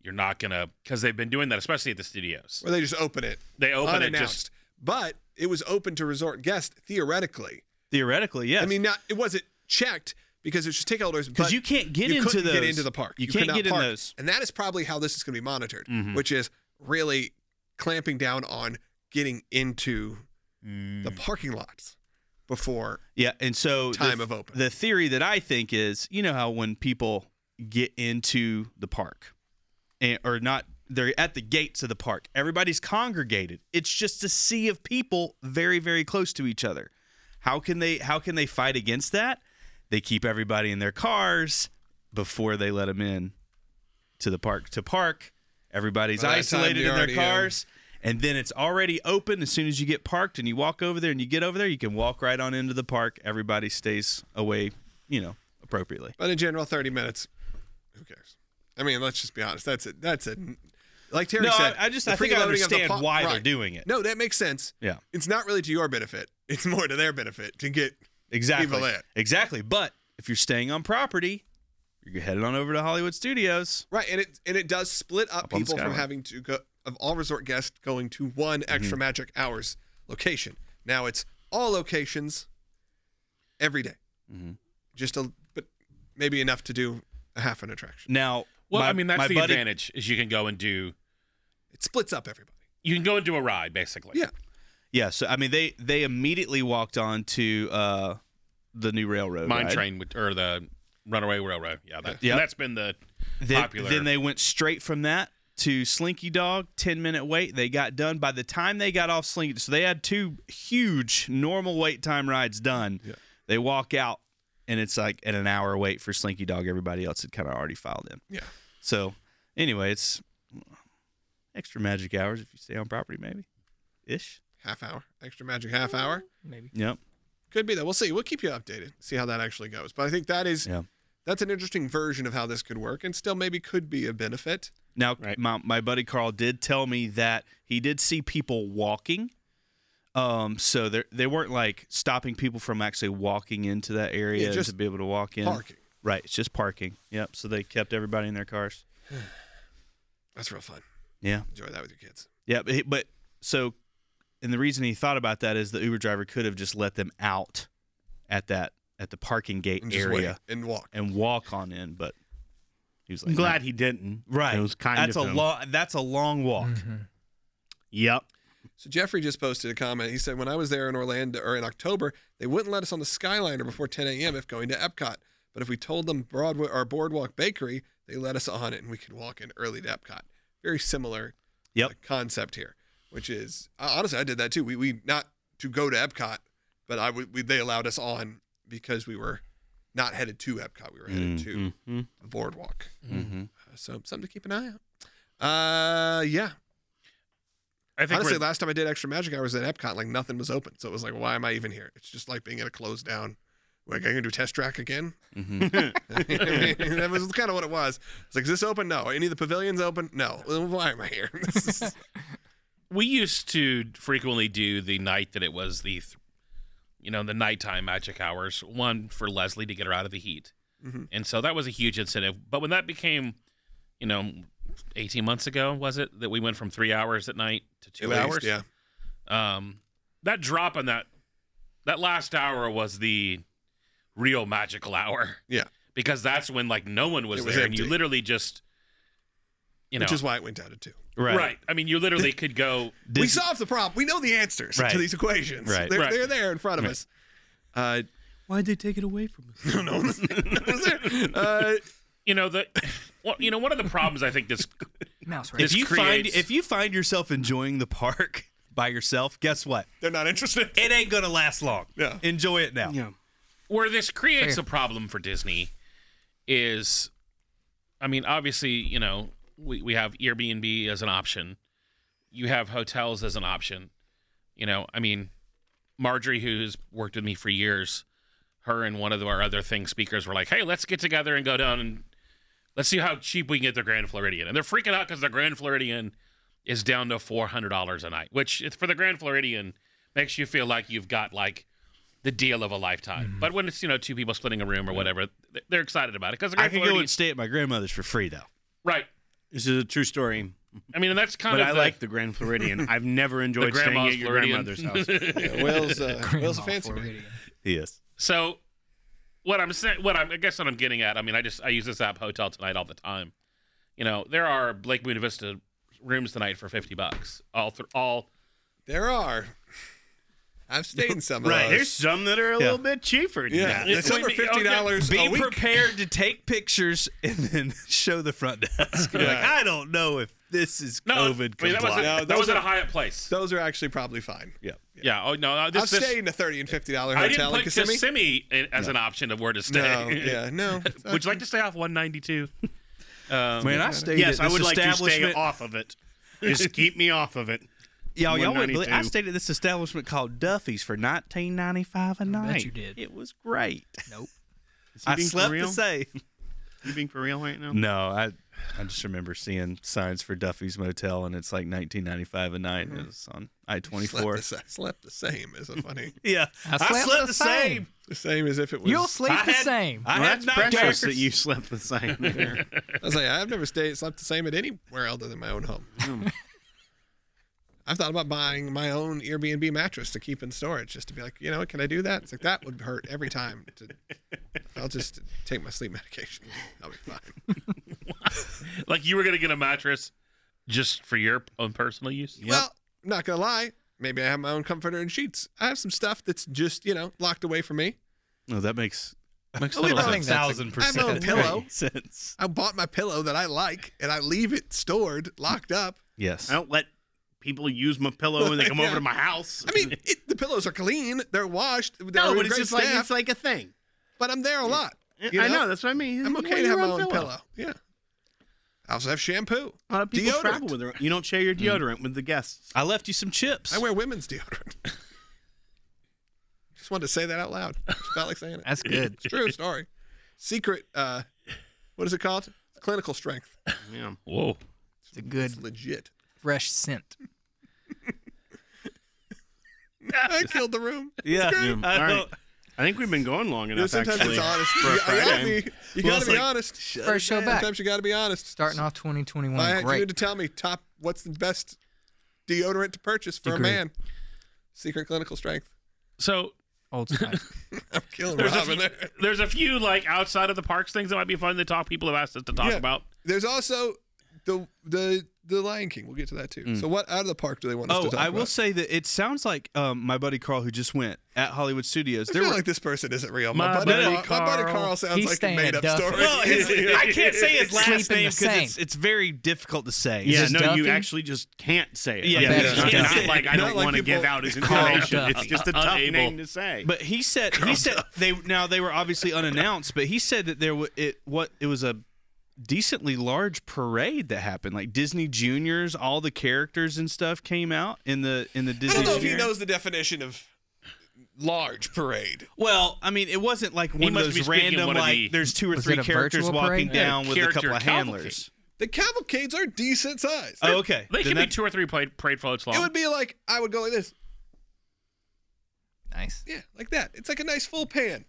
Speaker 5: you're not going to because they've been doing that, especially at the studios.
Speaker 3: Where they just open it
Speaker 5: They open it
Speaker 3: unannounced.
Speaker 5: just
Speaker 3: but it was open to resort guests theoretically.
Speaker 4: Theoretically, yes.
Speaker 3: I mean, not, it wasn't checked because it should take holders
Speaker 4: Because you can't get into
Speaker 3: couldn't get
Speaker 4: those.
Speaker 3: into the park.
Speaker 4: You can't
Speaker 3: could not
Speaker 4: get in
Speaker 3: park.
Speaker 4: those. Mm-hmm.
Speaker 3: And that is probably how this is going to be monitored, which is really clamping down on getting into
Speaker 4: Mm.
Speaker 3: the parking lots before.
Speaker 4: Yeah, and so the-
Speaker 3: Time of open.
Speaker 4: The theory that I think is, you know how when people get into the park, and, or not, they're at the gates of the park. Everybody's congregated. It's just a sea of people, very, very close to each other. How can they? How can they fight against that? They keep everybody in their cars before they let them in to the park. To park, everybody's
Speaker 3: By that time,
Speaker 4: isolated
Speaker 3: you
Speaker 4: in their
Speaker 3: already, um,
Speaker 4: cars. And then it's already open. As soon as you get parked and you walk over there and you get over there, you can walk right on into the park. Everybody stays away, you know, appropriately.
Speaker 3: But in general, thirty minutes. Who cares? I mean, let's just be honest. That's it. That's it. Like Terry
Speaker 4: No,
Speaker 3: said,
Speaker 4: I- I just-
Speaker 3: the
Speaker 4: I think I
Speaker 3: preloading of the
Speaker 4: understand
Speaker 3: par-
Speaker 4: why they're doing it.
Speaker 3: No, that makes sense.
Speaker 4: Yeah.
Speaker 3: it's not really to your benefit. It's more to their benefit to get.
Speaker 4: Exactly.
Speaker 3: People in.
Speaker 4: Exactly. But if you're staying on property, you're headed on over to Hollywood Studios.
Speaker 3: Right, and it and it does split up,
Speaker 4: on
Speaker 3: people from
Speaker 4: Skyline. Mm-hmm.
Speaker 3: having to go of all resort guests going to one extra magic hours location. Now it's all locations every day.
Speaker 4: Mm-hmm.
Speaker 3: Just a but maybe enough to do a half an attraction.
Speaker 4: Now,
Speaker 5: Well,
Speaker 4: my-
Speaker 5: I mean, that's
Speaker 4: my
Speaker 5: the
Speaker 4: buddy,
Speaker 5: advantage is you can go and do
Speaker 3: It splits up everybody.
Speaker 5: you can go and do a ride basically.
Speaker 3: Yeah.
Speaker 4: Yeah. So, I mean, they they immediately walked on to uh, the new railroad.
Speaker 5: Mine
Speaker 4: ride.
Speaker 5: train with, or the Runaway Railroad. Yeah, that,
Speaker 4: Yeah.
Speaker 5: and that's been the
Speaker 4: Then-
Speaker 5: popular.
Speaker 4: Then they went straight from that to Slinky Dog, 10 minute wait. They got done. By the time they got off Slinky, so they had two huge normal wait time rides done. They walk out, and it's like at an hour wait for Slinky Dog. Everybody else had kind of already filed in.
Speaker 3: Yeah.
Speaker 4: So, anyway, it's extra magic hours if you stay on property, maybe ish.
Speaker 3: Half hour. Extra magic half hour.
Speaker 6: Maybe.
Speaker 4: Yep.
Speaker 3: Could be that. We'll see. We'll keep you updated. See how that actually goes. But I think that is
Speaker 4: Yeah.
Speaker 3: that's an interesting version of how this could work and still maybe could be a benefit.
Speaker 4: Now, my, my buddy Carl did tell me that he did see people walking. Um, so they they weren't like stopping people from actually walking into that area
Speaker 3: Yeah, just
Speaker 4: to be able to walk in.
Speaker 3: parking.
Speaker 4: Right, it's just parking. Yep. So they kept everybody in their cars.
Speaker 3: That's real fun.
Speaker 4: Yeah.
Speaker 3: Enjoy that with your kids.
Speaker 4: Yeah, but, he- but so, and the reason he thought about that is the Uber driver could have just let them out at that at the parking gate
Speaker 3: And just
Speaker 4: area
Speaker 3: wait and walk.
Speaker 4: and walk on in, but he was like,
Speaker 7: I'm glad
Speaker 4: "No."
Speaker 7: he didn't.
Speaker 4: Right.
Speaker 7: It was kind
Speaker 4: that's
Speaker 7: of
Speaker 4: a
Speaker 7: him.
Speaker 4: long. That's a long walk.
Speaker 3: Mm-hmm.
Speaker 7: Yep.
Speaker 3: So Jeffrey just posted a comment. He said, "When I was there in Orlando or in October, they wouldn't let us on the Skyliner before 10 a.m. if going to Epcot. But if we told them Broadway or Boardwalk Bakery, they let us on it and we could walk in early to Epcot. Very similar
Speaker 4: Yep.
Speaker 3: uh, concept here, which is uh, honestly I did that too. We we not to go to Epcot, but I would we, they allowed us on because we were not headed to Epcot. We were
Speaker 4: Mm-hmm.
Speaker 3: headed
Speaker 4: Mm,
Speaker 3: to the Boardwalk. Uh, so something to keep an eye out. Uh, yeah,
Speaker 5: I think
Speaker 3: Honestly,
Speaker 5: we're-
Speaker 3: last time I did extra magic, I was at Epcot, like nothing was open. So it was like, why am I even here? It's just like being at a closed down. Like, I'm gonna do test track again. that was kind of what it was. It's like, is this open? No. Are any of the pavilions open? No. Well, Why am I here? This is-
Speaker 5: we used to frequently do the night that it was the th- you know the nighttime magic hours one for leslie to get her out of the heat
Speaker 3: Mm-hmm.
Speaker 5: and so that was a huge incentive but when that became you know 18 months ago was it that we went from three hours at night to two
Speaker 3: At
Speaker 5: hours
Speaker 3: least, yeah.
Speaker 5: um that drop in that that last hour was the real magical hour
Speaker 3: Yeah.
Speaker 5: because that's when like no one was,
Speaker 3: It was
Speaker 5: there and you
Speaker 3: empty.
Speaker 5: literally just you know
Speaker 3: Which is why it went down to two.
Speaker 5: right. i mean you literally could go
Speaker 3: we
Speaker 4: Did-
Speaker 3: solved the problem. We know the answers
Speaker 4: Right.
Speaker 3: to these equations.
Speaker 4: Right.
Speaker 3: They're,
Speaker 5: Right.
Speaker 3: they're there in front of us. Uh,
Speaker 4: Why'd they take it away from us?
Speaker 3: no, no one's, no one's there. Uh,
Speaker 5: you know the well, you know one of the problems I think this
Speaker 6: Mouse race.
Speaker 5: This
Speaker 4: If you find
Speaker 5: creates-
Speaker 4: if you find yourself enjoying the park by yourself, guess what?
Speaker 3: they're not interested.
Speaker 4: It ain't gonna last long.
Speaker 3: Yeah.
Speaker 4: Enjoy it now.
Speaker 7: Yeah.
Speaker 5: where this creates
Speaker 6: Fair.
Speaker 5: a problem for Disney is, I mean, obviously, you know, we, we have Airbnb as an option, you have hotels as an option. You know, I mean, Marjorie, who's worked with me for years, her and one of our other thing speakers were like, hey, let's get together and go down and let's see how cheap we can get the Grand Floridian. And they're freaking out because the Grand Floridian is down to $400 a night, which it's for the Grand Floridian makes you feel like you've got like the deal of a lifetime.
Speaker 4: Mm-hmm.
Speaker 5: But when it's, you know, two people splitting a room or whatever, th- they're excited about it because the
Speaker 4: I
Speaker 5: Grand
Speaker 4: could go
Speaker 5: Floridian.
Speaker 4: and stay at my grandmother's for free though.
Speaker 5: right.
Speaker 7: This is a true story,
Speaker 5: I mean, and that's kind
Speaker 7: but
Speaker 5: of
Speaker 7: I
Speaker 5: the-
Speaker 7: like the Grand Floridian. I've never enjoyed staying
Speaker 5: grandma's
Speaker 7: at your
Speaker 5: Floridian.
Speaker 7: grandmother's house.
Speaker 3: Yeah, Will's, uh, Will's a
Speaker 6: Grandma
Speaker 3: fancy man.
Speaker 6: Floridian.
Speaker 4: Yes.
Speaker 5: So, what I'm saying, what I'm, I guess, what I'm getting at, I mean, I just I use this app Hotel Tonight all the time. You know, there are Lake Buena Vista rooms tonight for fifty bucks. All through all.
Speaker 3: There are. I've stayed in some of
Speaker 7: Right, there's
Speaker 3: those.
Speaker 7: some that are a little bit cheaper. than
Speaker 3: Yeah,
Speaker 7: that.
Speaker 3: there's some are
Speaker 5: Wait, okay.
Speaker 3: fifty dollars
Speaker 4: Be
Speaker 3: a week.
Speaker 4: prepared to take pictures and then show the front desk. You're Like I don't know if this is
Speaker 5: No,
Speaker 4: COVID
Speaker 5: I mean, that wasn't,
Speaker 4: compliant.
Speaker 5: that
Speaker 3: those
Speaker 5: wasn't
Speaker 3: are-
Speaker 5: a Hyatt place.
Speaker 3: Those are actually probably fine.
Speaker 4: Yeah.
Speaker 5: yeah. Oh no, no, this,
Speaker 3: I've
Speaker 5: this-
Speaker 3: stayed in a thirty and fifty dollar
Speaker 5: I didn't
Speaker 3: hotel in
Speaker 5: put
Speaker 3: Kissimmee.
Speaker 5: Kissimmee in, as an option of where to stay.
Speaker 3: No, yeah, no.
Speaker 5: Would you like to stay off 192?
Speaker 4: Man, I stayed
Speaker 7: Yes,
Speaker 4: at
Speaker 7: I
Speaker 4: this
Speaker 7: would like to stay
Speaker 4: establishment.
Speaker 7: off of it. Just keep me off of it.
Speaker 4: Y'all, y'all wouldn't believe I
Speaker 7: 192.
Speaker 4: stayed at this establishment called Duffy's for nineteen ninety five a night.
Speaker 6: you did.
Speaker 4: It was great.
Speaker 6: Nope.
Speaker 7: Is he
Speaker 4: I
Speaker 7: being
Speaker 4: slept
Speaker 7: for real?
Speaker 4: the same.
Speaker 7: You being for real right now?
Speaker 4: No, I I just remember seeing signs for Duffy's Motel, and it's like nineteen ninety five a night. and It was on I twenty
Speaker 3: Slept
Speaker 4: four.
Speaker 3: the, sa- slept the same is a funny.
Speaker 4: Yeah,
Speaker 6: I slept the same.
Speaker 3: The same as if it was.
Speaker 6: You'll sleep
Speaker 4: I
Speaker 6: the
Speaker 4: had-
Speaker 6: same.
Speaker 4: I
Speaker 7: Well,
Speaker 4: had
Speaker 7: that's
Speaker 4: nightmares.
Speaker 7: precious that you slept the same. there.
Speaker 3: I was like, I've never stayed slept the same at anywhere other than my own home. I've thought about buying my own Airbnb mattress to keep in storage, just to be like, you know, what, can I do that? It's like that would hurt every time. To, I'll just take my sleep medication. I'll be fine.
Speaker 5: like you were gonna get a mattress just for your own personal use?
Speaker 3: Well, I'm not gonna lie. Maybe I have my own comforter and sheets. I have some stuff that's just, you know, locked away from me.
Speaker 4: No, that makes
Speaker 5: Makes
Speaker 4: total
Speaker 6: I
Speaker 4: sense.
Speaker 6: think that's a-
Speaker 4: Thousand
Speaker 3: I have my own
Speaker 4: percent
Speaker 3: pillow.
Speaker 4: sense.
Speaker 3: I bought my pillow that I like, and I leave it stored, locked up.
Speaker 4: Yes.
Speaker 7: I don't let people use my pillow when they come over to my house.
Speaker 3: I mean, it, the pillows are clean, they're washed. They're
Speaker 7: no,
Speaker 3: in
Speaker 7: but it's
Speaker 3: great
Speaker 7: just like
Speaker 3: staff,
Speaker 7: it's like a thing.
Speaker 3: but I'm there a lot. you
Speaker 7: I know that's what I mean.
Speaker 3: I'm
Speaker 7: You
Speaker 3: okay
Speaker 7: want
Speaker 3: to have
Speaker 7: your
Speaker 3: my own pillow. Yeah. I also have shampoo.
Speaker 7: A lot of people
Speaker 3: deodorant. Mm.
Speaker 7: travel with their. You don't share your deodorant with the guests.
Speaker 4: I left you some chips.
Speaker 3: I wear women's deodorant. Just wanted to say that out loud. Just felt like saying it.
Speaker 6: That's good.
Speaker 3: It's true story. Secret. Uh, what is it called? Clinical strength.
Speaker 7: Yeah.
Speaker 5: Whoa.
Speaker 6: It's a good
Speaker 3: It's legit.
Speaker 6: fresh scent.
Speaker 3: I killed the room.
Speaker 4: yeah.
Speaker 3: great.
Speaker 4: I
Speaker 7: All right.
Speaker 4: don't-
Speaker 7: I think we've been going long
Speaker 3: You know,
Speaker 7: enough.
Speaker 3: sometimes
Speaker 7: actually,
Speaker 3: it's honest.
Speaker 7: for a
Speaker 3: You, gotta
Speaker 7: Friday.
Speaker 3: be, you
Speaker 4: Well,
Speaker 3: gotta
Speaker 4: it's
Speaker 3: be
Speaker 4: like,
Speaker 3: honest.
Speaker 6: First show back.
Speaker 3: Sometimes you gotta be honest.
Speaker 6: Starting off 2021
Speaker 3: I asked you
Speaker 6: great.
Speaker 3: to tell me top. What's the best deodorant to purchase for
Speaker 6: Agreed.
Speaker 3: a man? Secret clinical strength.
Speaker 5: So
Speaker 6: Old time.
Speaker 3: I'm killing
Speaker 5: there's a,
Speaker 3: Robin
Speaker 5: few,
Speaker 3: there.
Speaker 5: there's a few like outside of the parks things that might be fun to talk. People have asked us to talk
Speaker 3: Yeah.
Speaker 5: about.
Speaker 3: There's also the the the Lion King. We'll get to that too. So what out of the park do they want us
Speaker 4: Oh,
Speaker 3: to talk
Speaker 4: I
Speaker 3: about?
Speaker 4: will say that it sounds like um, my buddy Carl, who just went at Hollywood Studios.
Speaker 3: I
Speaker 4: There
Speaker 3: feel
Speaker 4: were
Speaker 3: like this person isn't real. My,
Speaker 5: My
Speaker 3: buddy,
Speaker 5: buddy
Speaker 3: Carl, my buddy
Speaker 5: Carl.
Speaker 3: Carl sounds
Speaker 6: He's
Speaker 3: like a
Speaker 6: staying
Speaker 3: made
Speaker 6: at
Speaker 3: up
Speaker 6: Duffy.
Speaker 3: story.
Speaker 7: Oh,
Speaker 4: Well, his, I can't say his
Speaker 6: Sleep in
Speaker 4: last
Speaker 6: the
Speaker 4: name because it's
Speaker 6: same.
Speaker 4: it's very difficult to say.
Speaker 7: Yeah,
Speaker 6: Is
Speaker 7: no,
Speaker 6: this
Speaker 7: you
Speaker 6: Duffy?
Speaker 7: actually just can't say it.
Speaker 4: Yeah,
Speaker 7: I mean,
Speaker 4: yeah,
Speaker 7: it's
Speaker 4: yeah.
Speaker 7: not
Speaker 4: Yeah.
Speaker 7: like
Speaker 3: Not
Speaker 7: I don't
Speaker 3: like
Speaker 7: want to
Speaker 3: people-
Speaker 7: give out his
Speaker 6: Carl
Speaker 7: information.
Speaker 6: Duffy.
Speaker 7: It's just a tough
Speaker 5: Unable.
Speaker 7: name to say.
Speaker 4: But he said he said they now they were obviously unannounced, but he said that there was it what it was a decently large parade that happened. Like Disney Juniors, all the characters and stuff came out in the in the
Speaker 3: I
Speaker 4: Disney.
Speaker 3: don't know if he
Speaker 4: Junior-
Speaker 3: knows the definition of large parade.
Speaker 4: Well, I mean, it wasn't like one
Speaker 5: must
Speaker 4: of
Speaker 5: be
Speaker 4: those
Speaker 5: speaking
Speaker 4: random
Speaker 5: one of
Speaker 4: like
Speaker 5: the-
Speaker 4: there's two or
Speaker 6: Was
Speaker 4: three
Speaker 6: it a
Speaker 4: characters
Speaker 6: virtual
Speaker 4: walking
Speaker 6: parade?
Speaker 4: down
Speaker 5: Yeah,
Speaker 4: with a
Speaker 5: character
Speaker 4: couple of
Speaker 5: cavalcade.
Speaker 4: handlers.
Speaker 3: The cavalcades are decent size.
Speaker 4: Oh, okay.
Speaker 5: They
Speaker 4: Then
Speaker 5: can be
Speaker 4: that-
Speaker 5: two or three parade, parade floats long.
Speaker 3: It would be like I would go like this.
Speaker 6: Nice.
Speaker 3: Yeah, like that. It's like a nice full pan.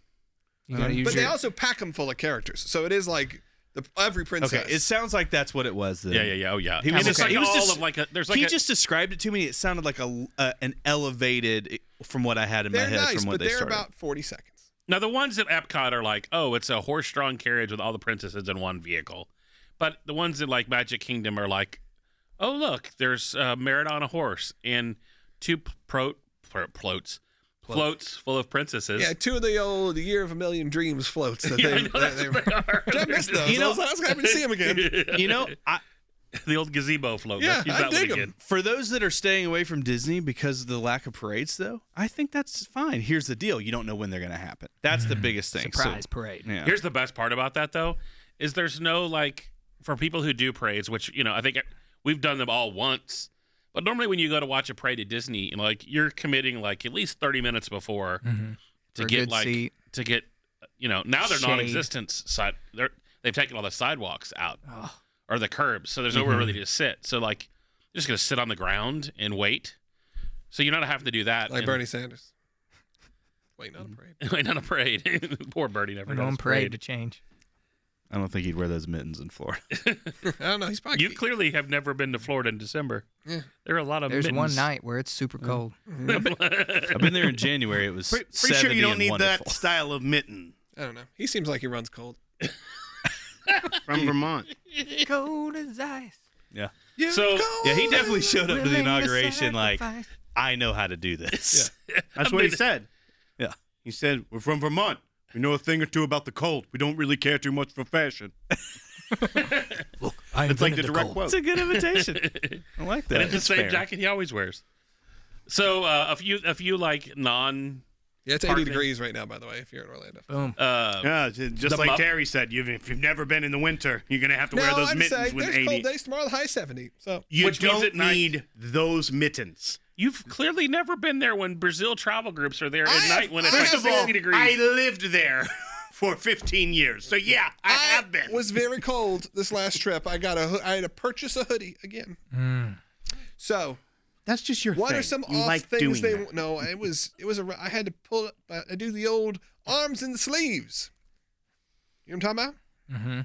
Speaker 6: You gotta use
Speaker 3: But
Speaker 6: your.
Speaker 3: they also pack them full of characters. So it is like the, every princess.
Speaker 4: okay. It sounds like that's what it was. Then.
Speaker 5: yeah, yeah, yeah. Oh, yeah.
Speaker 4: He
Speaker 5: I mean,
Speaker 4: was
Speaker 5: it's
Speaker 4: just-
Speaker 5: like
Speaker 4: he was
Speaker 5: all
Speaker 4: just-
Speaker 5: of like a. There's like
Speaker 4: he
Speaker 5: a,
Speaker 4: just described it to me. It sounded like a uh, an elevated from what I had in
Speaker 3: they're
Speaker 4: my head
Speaker 3: nice,
Speaker 4: from
Speaker 3: but
Speaker 4: what they
Speaker 3: they're
Speaker 4: started.
Speaker 3: about 40 seconds.
Speaker 5: Now the ones at Epcot are like, oh, it's a horse-drawn carriage with all the princesses in one vehicle, but the ones in like Magic Kingdom are like, oh look, there's uh, Merritt on a horse and two p- pro, pro floats, floats full of princesses.
Speaker 3: Yeah, two of the old Year of a Million Dreams floats that
Speaker 5: Yeah, I
Speaker 3: they,
Speaker 5: know
Speaker 3: that
Speaker 5: that's
Speaker 3: they
Speaker 5: what they are.
Speaker 3: Did I miss those?
Speaker 4: You know-
Speaker 3: I was, I was happy to see him again.
Speaker 4: you know, I
Speaker 5: the old gazebo float.
Speaker 3: Yeah,
Speaker 5: Let's use
Speaker 3: I
Speaker 5: that one
Speaker 3: dig 'em.
Speaker 5: again.
Speaker 4: For those that are staying away from Disney because of the lack of parades, though, I think that's fine. Here's the deal: you don't know when they're going to happen. That's
Speaker 7: Mm-hmm.
Speaker 4: the biggest thing. So-
Speaker 6: Surprise parade.
Speaker 4: yeah.
Speaker 5: Here's the best part about that though, is there's no like for people who do parades, which you know I think we've done them all once. But normally when you go to watch a parade at Disney, you know, like you're committing like at least 30 minutes before to
Speaker 6: For a
Speaker 5: get
Speaker 6: good
Speaker 5: like
Speaker 6: seat.
Speaker 5: to get you know now they're
Speaker 6: Mm-hmm. Shade.
Speaker 5: non-existent. Side they're, they've taken all the sidewalks out or the curbs, so there's nowhere
Speaker 6: Mm-hmm.
Speaker 5: really to sit. So like you're just gonna sit on the ground and wait. So you're not having to do that.
Speaker 3: like
Speaker 5: and-
Speaker 3: Bernie Sanders. Wait, not a
Speaker 4: Mm.
Speaker 3: parade.
Speaker 5: wait on a parade. Poor Bernie never
Speaker 6: We're
Speaker 5: got
Speaker 6: going
Speaker 5: his
Speaker 6: parade to change.
Speaker 4: I don't think he'd wear those mittens in Florida.
Speaker 3: I don't know. He's probably
Speaker 5: You clearly have never been to Florida in December.
Speaker 3: Yeah.
Speaker 5: There are a lot of
Speaker 6: There's one
Speaker 5: mittens.
Speaker 6: night where it's super cold.
Speaker 4: I've been there in January. It was
Speaker 7: Pretty, pretty
Speaker 4: 70
Speaker 7: sure you don't
Speaker 4: and
Speaker 7: need
Speaker 4: wonderful.
Speaker 7: that style of mitten
Speaker 3: I don't know. He seems like he runs cold.
Speaker 7: from Vermont.
Speaker 6: cold as ice.
Speaker 4: Yeah.
Speaker 3: Yeah,
Speaker 5: So-
Speaker 4: Yeah, he definitely showed up to the
Speaker 6: Willing to
Speaker 4: inauguration like,
Speaker 6: sacrifice.
Speaker 4: I know how to do this.
Speaker 7: That's
Speaker 5: I
Speaker 7: what he
Speaker 5: mean-
Speaker 7: said.
Speaker 4: Yeah.
Speaker 7: He said, We're from Vermont. We know a thing or two about the cold. We don't really care too much for fashion.
Speaker 6: I
Speaker 7: It's like the direct quote.
Speaker 4: It's a good imitation. I like that.
Speaker 5: And it's the same
Speaker 4: fair.
Speaker 5: jacket he always wears. So uh, a few, a few like non,
Speaker 3: yeah, it's 80
Speaker 5: Parkman.
Speaker 3: degrees right now, by the way, if you're in Orlando.
Speaker 6: Boom.
Speaker 5: uh,
Speaker 7: Yeah, j- just
Speaker 5: The
Speaker 7: like
Speaker 5: mu-
Speaker 7: Terry said, you've, if you've never been in the winter, you're gonna have to wear
Speaker 3: No,
Speaker 7: those
Speaker 3: I'd
Speaker 7: mittens
Speaker 3: say
Speaker 7: with
Speaker 3: there's cold
Speaker 7: 80.
Speaker 3: days tomorrow, the high 70. So
Speaker 7: You
Speaker 5: Which means
Speaker 7: don't
Speaker 5: at night-
Speaker 7: need those mittens.
Speaker 5: you've clearly never been there when Brazil travel groups are there at
Speaker 3: I-
Speaker 5: night when it's
Speaker 3: I
Speaker 5: like
Speaker 7: First of
Speaker 5: 60
Speaker 7: all,
Speaker 5: degrees.
Speaker 7: I lived there for 15 years, so yeah, I, have been.
Speaker 3: was very cold this last trip. I got a hoo- I had to purchase a hoodie again. So
Speaker 7: That's just your.
Speaker 3: what
Speaker 7: Hmm. thing.
Speaker 3: are some
Speaker 7: You
Speaker 3: off
Speaker 7: like
Speaker 3: things
Speaker 7: doing
Speaker 3: they?
Speaker 7: that.
Speaker 3: No, it was it was a. I had to pull. up- uh, I do the old arms and sleeves. You know what I'm talking about?
Speaker 6: Mm-hmm.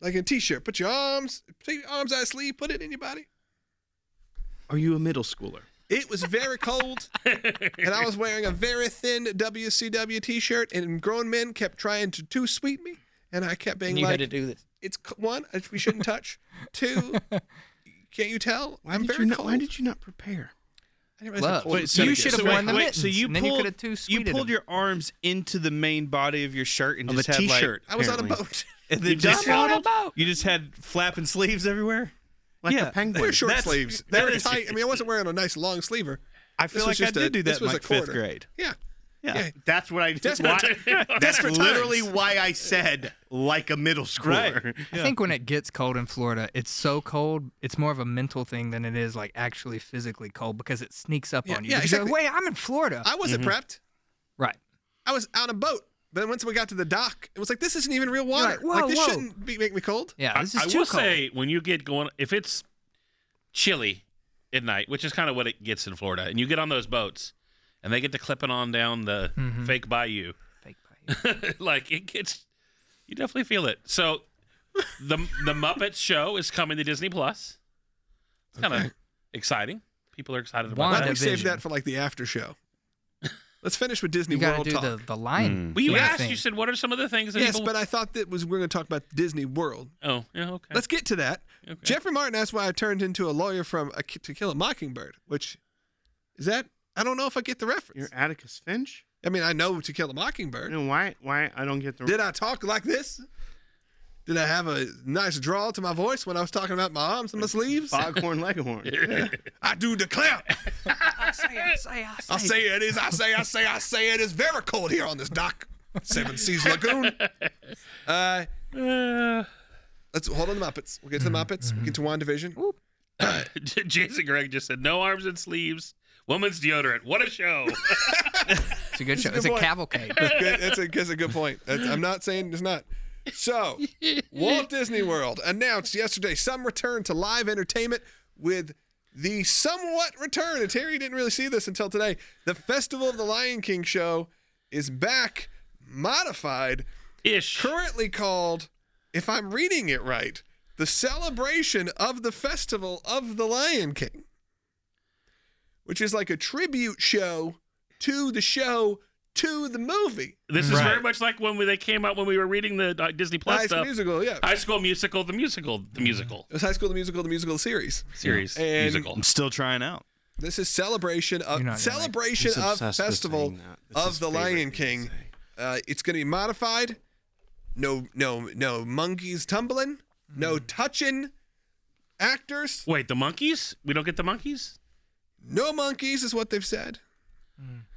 Speaker 3: Like a t-shirt. Put your arms. Take your arms out of sleeve. Put it in your body.
Speaker 7: Are you a middle schooler?
Speaker 3: It was very cold, and I was wearing a very thin WCW t-shirt. And grown men kept trying to too sweet me, and I kept being
Speaker 6: You
Speaker 3: like,
Speaker 6: had to do this.
Speaker 3: "It's c- one, it's- we shouldn't touch. Two, can't you tell? I'm very cold.
Speaker 7: you not prepare?
Speaker 3: I didn't realize how
Speaker 6: Look,
Speaker 3: cold it
Speaker 6: you
Speaker 3: was.
Speaker 4: so-
Speaker 6: should
Speaker 4: so
Speaker 6: have
Speaker 4: wait,
Speaker 6: worn the
Speaker 4: wait,
Speaker 6: mittens.
Speaker 4: So you
Speaker 6: and then you
Speaker 4: pulled,
Speaker 6: could have two
Speaker 4: you
Speaker 6: sweeted
Speaker 4: pulled your arms into the main body of your shirt and
Speaker 7: Of a
Speaker 4: just had like-
Speaker 7: t-shirt.
Speaker 3: I was on a
Speaker 7: apparently.
Speaker 3: boat.
Speaker 4: and then
Speaker 7: You
Speaker 4: just,
Speaker 7: just- I'm on a
Speaker 4: you just had flapping sleeves everywhere.
Speaker 7: Like
Speaker 4: Yeah.
Speaker 7: a penguin.
Speaker 3: They were short
Speaker 4: That's-
Speaker 3: sleeves. They
Speaker 4: that
Speaker 3: were
Speaker 4: is-
Speaker 3: tight. I mean, I wasn't wearing a nice long sleever.
Speaker 4: I
Speaker 3: This
Speaker 4: feel
Speaker 3: was
Speaker 4: like I
Speaker 3: just a-
Speaker 4: did do that
Speaker 3: this
Speaker 4: in
Speaker 3: was
Speaker 4: like
Speaker 3: a
Speaker 4: fifth
Speaker 3: quarter.
Speaker 4: grade.
Speaker 3: Yeah.
Speaker 4: Yeah.
Speaker 3: Yeah.
Speaker 7: That's what I.
Speaker 3: Desperate
Speaker 7: why, that's
Speaker 3: Desperate
Speaker 7: literally
Speaker 3: times.
Speaker 7: why I said like a middle schooler.
Speaker 4: Right.
Speaker 6: I think when it gets cold in Florida, it's so cold, it's more of a mental thing than it is like actually physically cold because it sneaks up
Speaker 3: Yeah,
Speaker 6: on you.
Speaker 3: yeah,
Speaker 6: Because you're like,
Speaker 3: exactly.
Speaker 6: Wait, I'm in Florida.
Speaker 3: I wasn't
Speaker 4: Mm-hmm.
Speaker 3: prepped.
Speaker 6: right.
Speaker 3: I was on a boat. Then once we got to the dock, it was like this isn't even real water.
Speaker 6: Right. Whoa,
Speaker 3: like this
Speaker 6: whoa.
Speaker 3: shouldn't be, make me cold.
Speaker 6: Yeah,
Speaker 5: I,
Speaker 6: this is
Speaker 5: I
Speaker 6: too
Speaker 5: will
Speaker 6: cold.
Speaker 5: say when you get going, if it's chilly at night, which is kind of what it gets in Florida, and you get on those boats, and they get to clipping on down the
Speaker 6: Mm-hmm.
Speaker 5: fake bayou.
Speaker 6: Fake bite.
Speaker 5: like it gets you definitely feel it. So the the Muppets show is coming to Disney Plus. It's kind of exciting. People are excited about
Speaker 3: Why
Speaker 6: Wanda-
Speaker 3: don't we
Speaker 5: that.
Speaker 3: save
Speaker 6: Division.
Speaker 3: that for like the after show? Let's finish with Disney
Speaker 6: You got
Speaker 3: World
Speaker 6: to do
Speaker 3: talk.
Speaker 6: the, the lion.
Speaker 5: Well, you
Speaker 6: King
Speaker 5: asked.
Speaker 6: thing.
Speaker 5: You said, "What are some of the things that
Speaker 3: yes,
Speaker 5: people?"
Speaker 3: but I thought that was we are going to talk about Disney World.
Speaker 5: oh, yeah, okay.
Speaker 3: Let's get to that.
Speaker 5: Okay.
Speaker 3: Jeffrey Martin asked why I turned into a lawyer from a, Ki- To Kill a Mockingbird, which is that I don't know if I get the reference.
Speaker 7: You're Atticus Finch.
Speaker 3: I mean, I know To Kill a Mockingbird.
Speaker 7: You know why? Why I don't get the.
Speaker 3: Did I talk like this? Did I have a nice drawl to my voice when I was talking about my arms and my sleeves?
Speaker 7: Foghorn Leghorn.
Speaker 3: I do declare. I say it is. I say. I say. I say it is very cold here on this dock, Seven Seas Lagoon. Uh, let's hold on the Muppets. We'll get to the Muppets. We'll get to one division.
Speaker 5: Jason Greg just said, "No arms and sleeves, woman's deodorant. What a show!"
Speaker 6: It's a good show. It's
Speaker 3: good
Speaker 6: a
Speaker 3: boy.
Speaker 6: cavalcade.
Speaker 3: Good- That's a that's a good point. That's, I'm not saying it's not. So, Walt Disney World announced yesterday some return to live entertainment with the somewhat return. And Terry didn't really see this until today. The Festival of the Lion King show is back, modified,
Speaker 5: Ish.
Speaker 3: currently called, if I'm reading it right, the celebration of the Festival of the Lion King, which is like a tribute show to the show to the movie.
Speaker 5: This is very
Speaker 4: Right.
Speaker 5: much like when we, they came out when we were reading the uh, Disney Plus
Speaker 3: High School
Speaker 5: stuff.
Speaker 3: Musical, yeah.
Speaker 5: High School Musical, the musical, the musical
Speaker 3: It was High School the Musical, the musical series.
Speaker 5: series,
Speaker 3: And-
Speaker 5: musical.
Speaker 4: I'm still trying out.
Speaker 3: This is celebration of
Speaker 6: You're not gonna like-
Speaker 3: celebration
Speaker 7: He's
Speaker 3: of
Speaker 7: obsessed with
Speaker 3: festival
Speaker 7: saying that. That's
Speaker 3: of
Speaker 7: his
Speaker 3: the
Speaker 7: favorite
Speaker 3: Lion
Speaker 7: thing
Speaker 3: King.
Speaker 7: to say.
Speaker 3: Uh, it's going to be modified. No, no, no monkeys tumbling.
Speaker 6: Hmm.
Speaker 3: no touching actors,
Speaker 5: Wait, the monkeys? We don't get the monkeys?
Speaker 3: no monkeys is what they've said.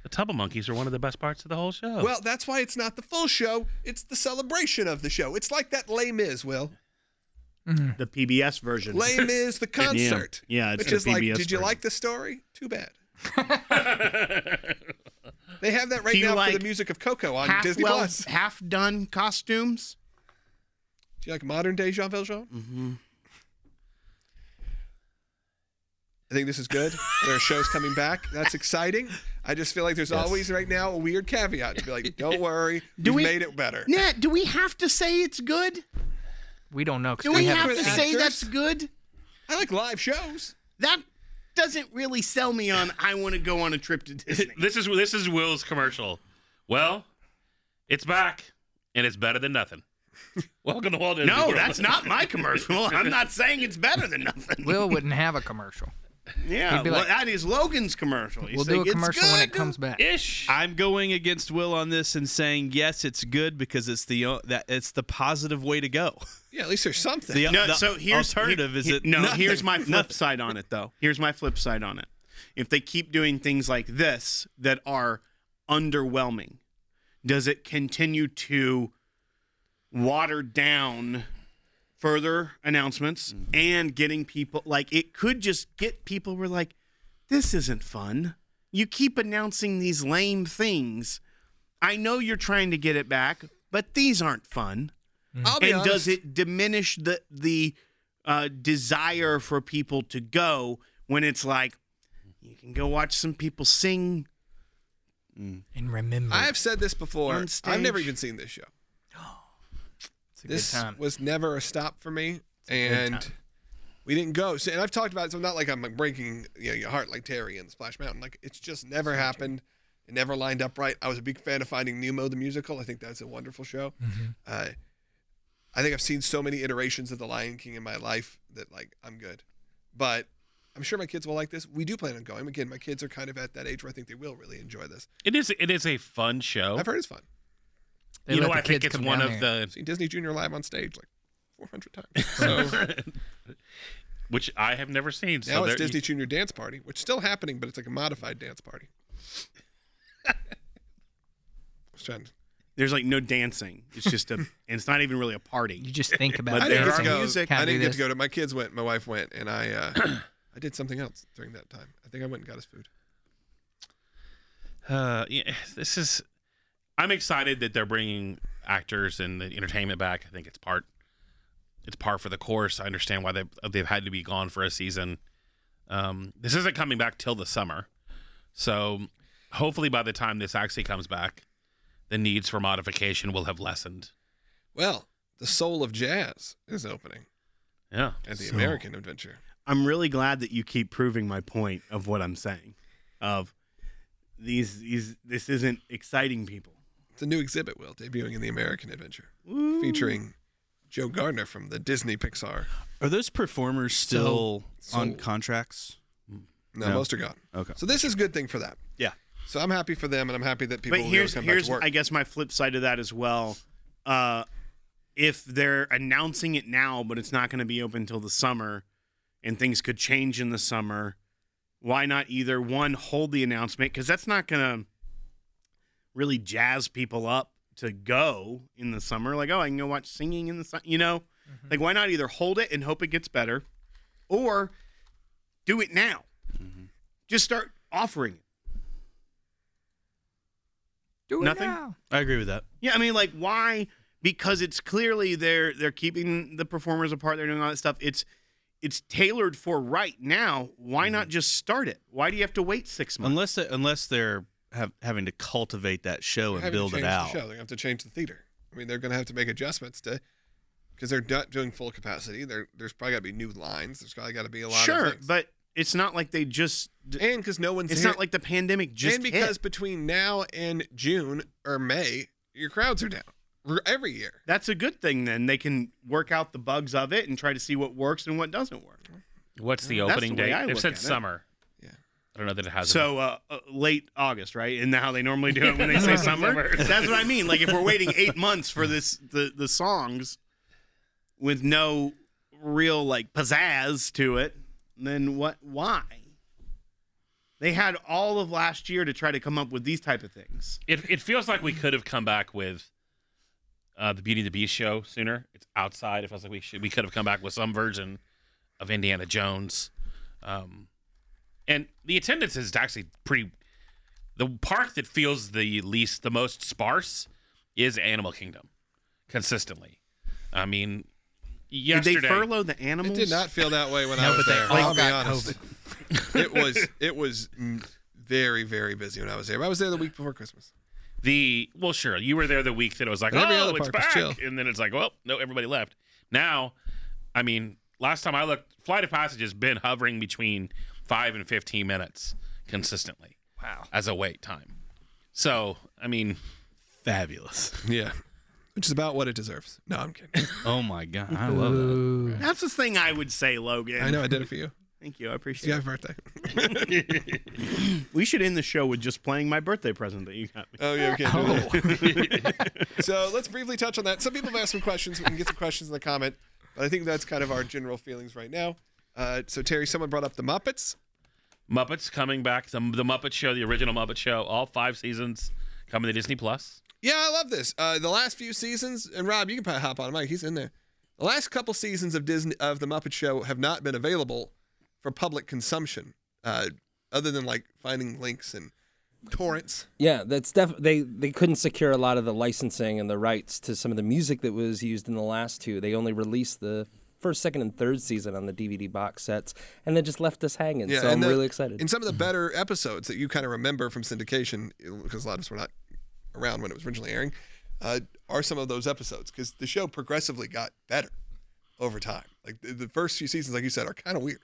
Speaker 5: The tub of monkeys are one of the best parts of the whole
Speaker 6: Oh.
Speaker 5: show.
Speaker 3: Well, that's why it's not the full show. It's the celebration of the show. It's like that Les Mis, Will.
Speaker 7: The PBS version.
Speaker 3: Les Mis, the concert.
Speaker 7: Yeah, it's
Speaker 3: which
Speaker 7: the
Speaker 3: is like,
Speaker 7: PBS
Speaker 3: did you
Speaker 7: version.
Speaker 3: like the story? Too bad. they have that right
Speaker 7: Do you
Speaker 3: now for
Speaker 7: like
Speaker 3: the music of Coco on
Speaker 7: half
Speaker 3: Disney
Speaker 7: well,
Speaker 3: Plus. Do
Speaker 7: half done costumes.
Speaker 3: you like modern day Jean Valjean? Mm-hmm. I think this is good. There are shows coming back. That's exciting. I just feel like there's always right now a weird caveat to be like, don't worry,
Speaker 7: Do
Speaker 3: we
Speaker 7: we-
Speaker 3: made it better.
Speaker 7: Nat, do we have to say it's good?
Speaker 6: We don't know. 'cause
Speaker 7: Do we have
Speaker 6: haven't
Speaker 7: to
Speaker 6: seen it.
Speaker 7: say
Speaker 3: actors?
Speaker 7: that's good?
Speaker 3: I like live shows.
Speaker 7: That doesn't really sell me on I want to go on a trip to Disney.
Speaker 5: this is this is Will's commercial. Well, it's back and it's better than nothing. Welcome to Walt Disney
Speaker 7: no,
Speaker 5: World.
Speaker 7: that's not my commercial. I'm not saying it's better than nothing.
Speaker 6: Will wouldn't have a commercial.
Speaker 7: yeah,
Speaker 6: he'd be
Speaker 7: well,
Speaker 6: like-
Speaker 7: that is Logan's commercial. He's
Speaker 6: We'll do a
Speaker 7: like, "It's
Speaker 6: commercial when it
Speaker 7: good."
Speaker 6: comes back.
Speaker 5: ish.
Speaker 4: I'm going against Will on this and saying yes, it's good because it's the o- that it's the positive way to go.
Speaker 3: Yeah, at least there's something.
Speaker 4: The,
Speaker 7: No,
Speaker 4: the
Speaker 7: so here's
Speaker 4: alternative
Speaker 7: he-
Speaker 4: is
Speaker 7: he-
Speaker 4: it
Speaker 7: No,
Speaker 4: nothing.
Speaker 7: here's my flip
Speaker 4: Nothing.
Speaker 7: side on it though. Here's my flip side on it. If they keep doing things like this that are underwhelming, does it continue to water down further announcements
Speaker 4: Mm-hmm.
Speaker 7: and getting people like it could just get people were like, this isn't fun. You keep announcing these lame things. I know you're trying to get it back, but these aren't fun
Speaker 3: I'll be
Speaker 7: and
Speaker 3: honest.
Speaker 7: does it diminish the the uh, desire for people to go when it's like you can go watch some people sing?
Speaker 6: And remember,
Speaker 3: I have said this before.
Speaker 7: On
Speaker 3: I've never
Speaker 7: stage.
Speaker 3: even seen this show.
Speaker 6: it's a
Speaker 3: This
Speaker 6: good time.
Speaker 3: was never a stop for me,
Speaker 6: good
Speaker 3: and
Speaker 6: time.
Speaker 3: we didn't go. So, and I've talked about it. So I'm not like I'm like, breaking you know, your heart like Terry in Splash Mountain. Like it's just never happened. It never lined up right. I was a big fan of Finding Nemo the musical. I think that's a wonderful show.
Speaker 6: Mm-hmm.
Speaker 3: Uh, I think I've seen so many iterations of The Lion King in my life that like I'm good, but. I'm sure my kids will like this. We do plan on going. Again, my kids are kind of at that age where I think they will really enjoy this.
Speaker 5: It is it is a fun
Speaker 6: Oh.
Speaker 5: show.
Speaker 3: I've heard it's fun.
Speaker 6: They
Speaker 5: you
Speaker 6: let
Speaker 5: know,
Speaker 6: the
Speaker 5: I think
Speaker 6: kids
Speaker 5: it's
Speaker 6: come
Speaker 5: one
Speaker 6: down
Speaker 5: of
Speaker 6: there.
Speaker 5: the
Speaker 3: I've seen Disney Junior live on stage like 400 times. So
Speaker 5: which I have never seen. so
Speaker 3: Now it's
Speaker 5: there-
Speaker 3: Disney Junior Dance Party, which is still happening, but it's like a modified dance party. I was trying to-
Speaker 7: There's like no dancing. It's just a, and it's not even really a
Speaker 6: You
Speaker 7: party.
Speaker 6: just think about
Speaker 7: But
Speaker 3: I
Speaker 6: it.
Speaker 7: there
Speaker 3: didn't get to
Speaker 7: are
Speaker 6: It's like,
Speaker 3: go.
Speaker 7: music.
Speaker 6: Can
Speaker 3: I
Speaker 6: I do
Speaker 3: didn't get
Speaker 6: this?
Speaker 3: to go to. My kids went. My wife went, and I uh, I did something else during that time. I think I went and got us food.
Speaker 5: Uh, yeah, this is. I'm excited that they're bringing actors and the entertainment back. I think it's part. It's part for the course. I understand why they they've had to be gone for a season. Um, this isn't coming back till the summer, so hopefully by the time this actually comes back, the needs for modification will have lessened.
Speaker 3: Well, the Soul of Jazz is opening
Speaker 5: Yeah,
Speaker 3: at the American Adventure.
Speaker 7: I'm really glad that you keep proving my point of what I'm saying. Of these these this isn't exciting people.
Speaker 3: It's a new exhibit, Will, debuting in the American Adventure, featuring Joe Gardner from the Disney Pixar.
Speaker 4: Are those performers still on
Speaker 3: sold.
Speaker 4: contracts?
Speaker 3: No,
Speaker 4: No.
Speaker 3: most are gone.
Speaker 4: Okay.
Speaker 3: So this is a good thing for them.
Speaker 4: Yeah.
Speaker 3: So I'm happy for them, and I'm happy that people
Speaker 7: but
Speaker 3: will be able
Speaker 7: here's
Speaker 3: to come
Speaker 7: here's
Speaker 3: back to work.
Speaker 7: I guess my flip side to that as well. Uh, if they're announcing it now, but it's not going to be open until the summer, and things could change in the summer, why not either one hold the announcement because that's not going to really jazz people up to go in the summer. Like, oh, I can go watch singing in the sun, you know. Like, why not either hold it and hope it gets better, or do it now.
Speaker 3: Mm-hmm.
Speaker 7: Just start offering it.
Speaker 6: Do it
Speaker 7: Nothing?
Speaker 6: now.
Speaker 4: I agree with that.
Speaker 7: Yeah, I mean, like, why? Because it's clearly they're they're keeping the performers apart. They're doing all that stuff. It's it's tailored for right now. Why
Speaker 3: Mm-hmm.
Speaker 7: not just start it? Why do you have to wait six months?
Speaker 4: Unless they, unless they're have, having to cultivate that show and
Speaker 3: having to
Speaker 4: build
Speaker 3: change
Speaker 4: it
Speaker 3: the
Speaker 4: out.
Speaker 3: show. They're going to have to change the theater. I mean, they're going to have to make adjustments to because they're not doing full capacity. There, there's probably got to be new lines. There's probably got to be a lot. of
Speaker 7: sure,
Speaker 3: things.
Speaker 7: but it's not like they just. d-
Speaker 3: and because no one's
Speaker 7: It's
Speaker 3: here-
Speaker 7: not like the pandemic just
Speaker 3: and because
Speaker 7: hit.
Speaker 3: between now and June or May, your crowds are down R- every year.
Speaker 7: That's a good thing. Then they can work out the bugs of it and try to see what works and what doesn't work.
Speaker 5: what's the
Speaker 7: That's
Speaker 5: opening
Speaker 7: the way
Speaker 5: date?
Speaker 7: I
Speaker 5: They've
Speaker 7: look
Speaker 5: said
Speaker 7: at it.
Speaker 5: summer.
Speaker 3: Yeah.
Speaker 5: I don't know that it has.
Speaker 7: So uh, uh, late August, right? And how they normally do it when they say summer. That's what I mean. Like if we're waiting eight months for this the the songs with no real like pizzazz to it, then what? Why? They had all of last year to try to come up with these type of things.
Speaker 5: It, it feels like we could have come back with uh, the Beauty and the Beast show sooner. It's outside. It feels like we should we could have come back with some version of Indiana Jones. Um, and the attendance is actually pretty. The park that feels the least, the most sparse, is Animal Kingdom, consistently. I mean, yesterday
Speaker 7: Did they furlough the animals?
Speaker 3: It did not feel that way when
Speaker 6: No,
Speaker 3: I was
Speaker 6: but they
Speaker 3: there.
Speaker 6: all
Speaker 3: I'll be
Speaker 6: got
Speaker 3: honest. it was it was mm, very very busy when I was there. But I was there the week before Christmas.
Speaker 5: the well, sure, you were there the week that it was like,
Speaker 3: But every
Speaker 5: oh,
Speaker 3: other
Speaker 5: it's
Speaker 3: park was
Speaker 5: back,
Speaker 3: chill.
Speaker 5: and then it's like, well, no, everybody left. Now, I mean, last time I looked, Flight of Passage has been hovering between five and fifteen minutes consistently. Wow, as a wait time. So, I mean,
Speaker 4: Fabulous.
Speaker 3: Yeah, which is about what it deserves. No, I'm kidding.
Speaker 4: Oh my god, I love that.
Speaker 7: That's the thing I would say, Logan.
Speaker 3: I know I did it for you.
Speaker 7: Thank you. I
Speaker 3: It's your
Speaker 7: appreciate it.
Speaker 3: birthday.
Speaker 7: We should end the show with just playing my birthday present that you got me.
Speaker 3: Oh yeah, we can't do that. so let's briefly touch on that. Some people have asked some questions. We can get some questions in the comment, but I think that's kind of our general feelings right now. Uh, so Terry, someone brought up the Muppets.
Speaker 5: Muppets coming back, the, the Muppet Show, the original Muppet Show, all five seasons coming to Disney Plus.
Speaker 3: Yeah, I love this. Uh, the last few seasons, and Rob, you can probably hop on Mike. He's in there. The last couple seasons of Disney of the Muppet Show have not been available for public consumption, uh, other than like finding links and torrents.
Speaker 8: Yeah, that's def- they they couldn't secure a lot of the licensing and the rights to some of the music that was used in the last two. They only released the first, second, and third season on the DVD box sets, and then just left us hanging.
Speaker 3: Yeah,
Speaker 8: so
Speaker 3: and
Speaker 8: I'm
Speaker 3: the-
Speaker 8: really excited.
Speaker 3: And some of the better episodes that you kind of remember from syndication, because a lot of us were not around when it was originally airing, uh, are some of those episodes because the show progressively got better over time. Like the, the first few seasons, like you said, are kind of weird.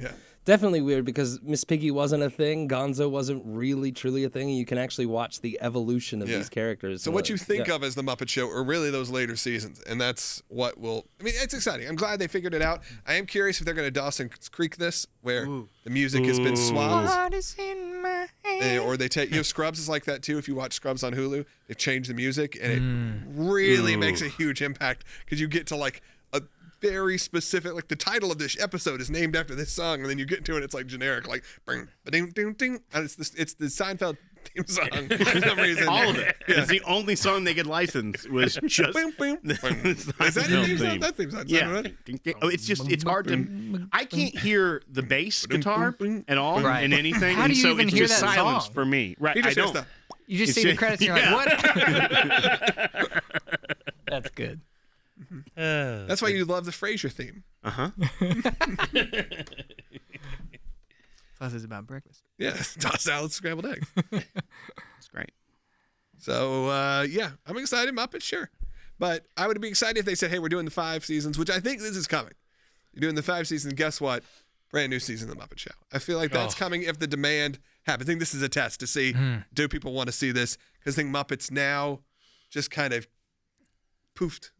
Speaker 3: Yeah.
Speaker 8: Definitely weird because Miss Piggy wasn't a thing, Gonzo wasn't really truly a thing, and you can actually watch the evolution of
Speaker 3: Yeah.
Speaker 8: these characters.
Speaker 3: So what you think of as the Muppet Show are really those later seasons, and that's what will. I mean, it's exciting. I'm glad they figured it out. I am curious if they're going to Dawson's Creek this, where the music has been swapped,
Speaker 6: What is in my
Speaker 3: eh,
Speaker 6: hand?
Speaker 3: or they take. You know, Scrubs is like that too. If you watch Scrubs on Hulu, they've changed the music, and it
Speaker 7: Mm.
Speaker 3: really makes a huge impact because you get to like a very specific, like the title of this episode is named after this song, and then you get to it, it's like generic, like bring, ding, ding, ding, and it's the it's the Seinfeld theme song for some reason.
Speaker 7: All of it. It's the only song they could license was just.
Speaker 3: Boom, boom, boom.
Speaker 7: It's not
Speaker 3: Is that
Speaker 7: the
Speaker 3: your theme song?
Speaker 7: theme.
Speaker 3: That theme song.
Speaker 7: Yeah.
Speaker 3: right?
Speaker 7: Oh, it's just it's hard to. I can't hear the bass guitar at all
Speaker 6: Right.
Speaker 7: in anything,
Speaker 6: How do
Speaker 7: and
Speaker 6: you
Speaker 7: so
Speaker 6: even
Speaker 7: it's
Speaker 6: hear
Speaker 7: just
Speaker 6: that
Speaker 7: silence
Speaker 6: song?
Speaker 7: for me. Right,
Speaker 3: He
Speaker 7: I
Speaker 3: just hears
Speaker 7: don't.
Speaker 3: the.
Speaker 6: You just
Speaker 7: It's
Speaker 6: see the
Speaker 7: just-
Speaker 6: credits and you're
Speaker 7: yeah.
Speaker 6: like, what? That's good.
Speaker 3: That's why you love the Frasier theme.
Speaker 6: Plus, it's about breakfast.
Speaker 3: Yeah, toss salad, scrambled eggs.
Speaker 7: It's great.
Speaker 3: so uh, yeah, I'm excited. Muppets, sure, but I would be excited if they said, "Hey, we're doing the five seasons," which I think this is coming. You're doing the five seasons. Guess what? Brand new season of the Muppet Show. I feel like that's coming if the demand happens. I think this is a test to see do people want to see this because I think Muppets now just kind of poofed,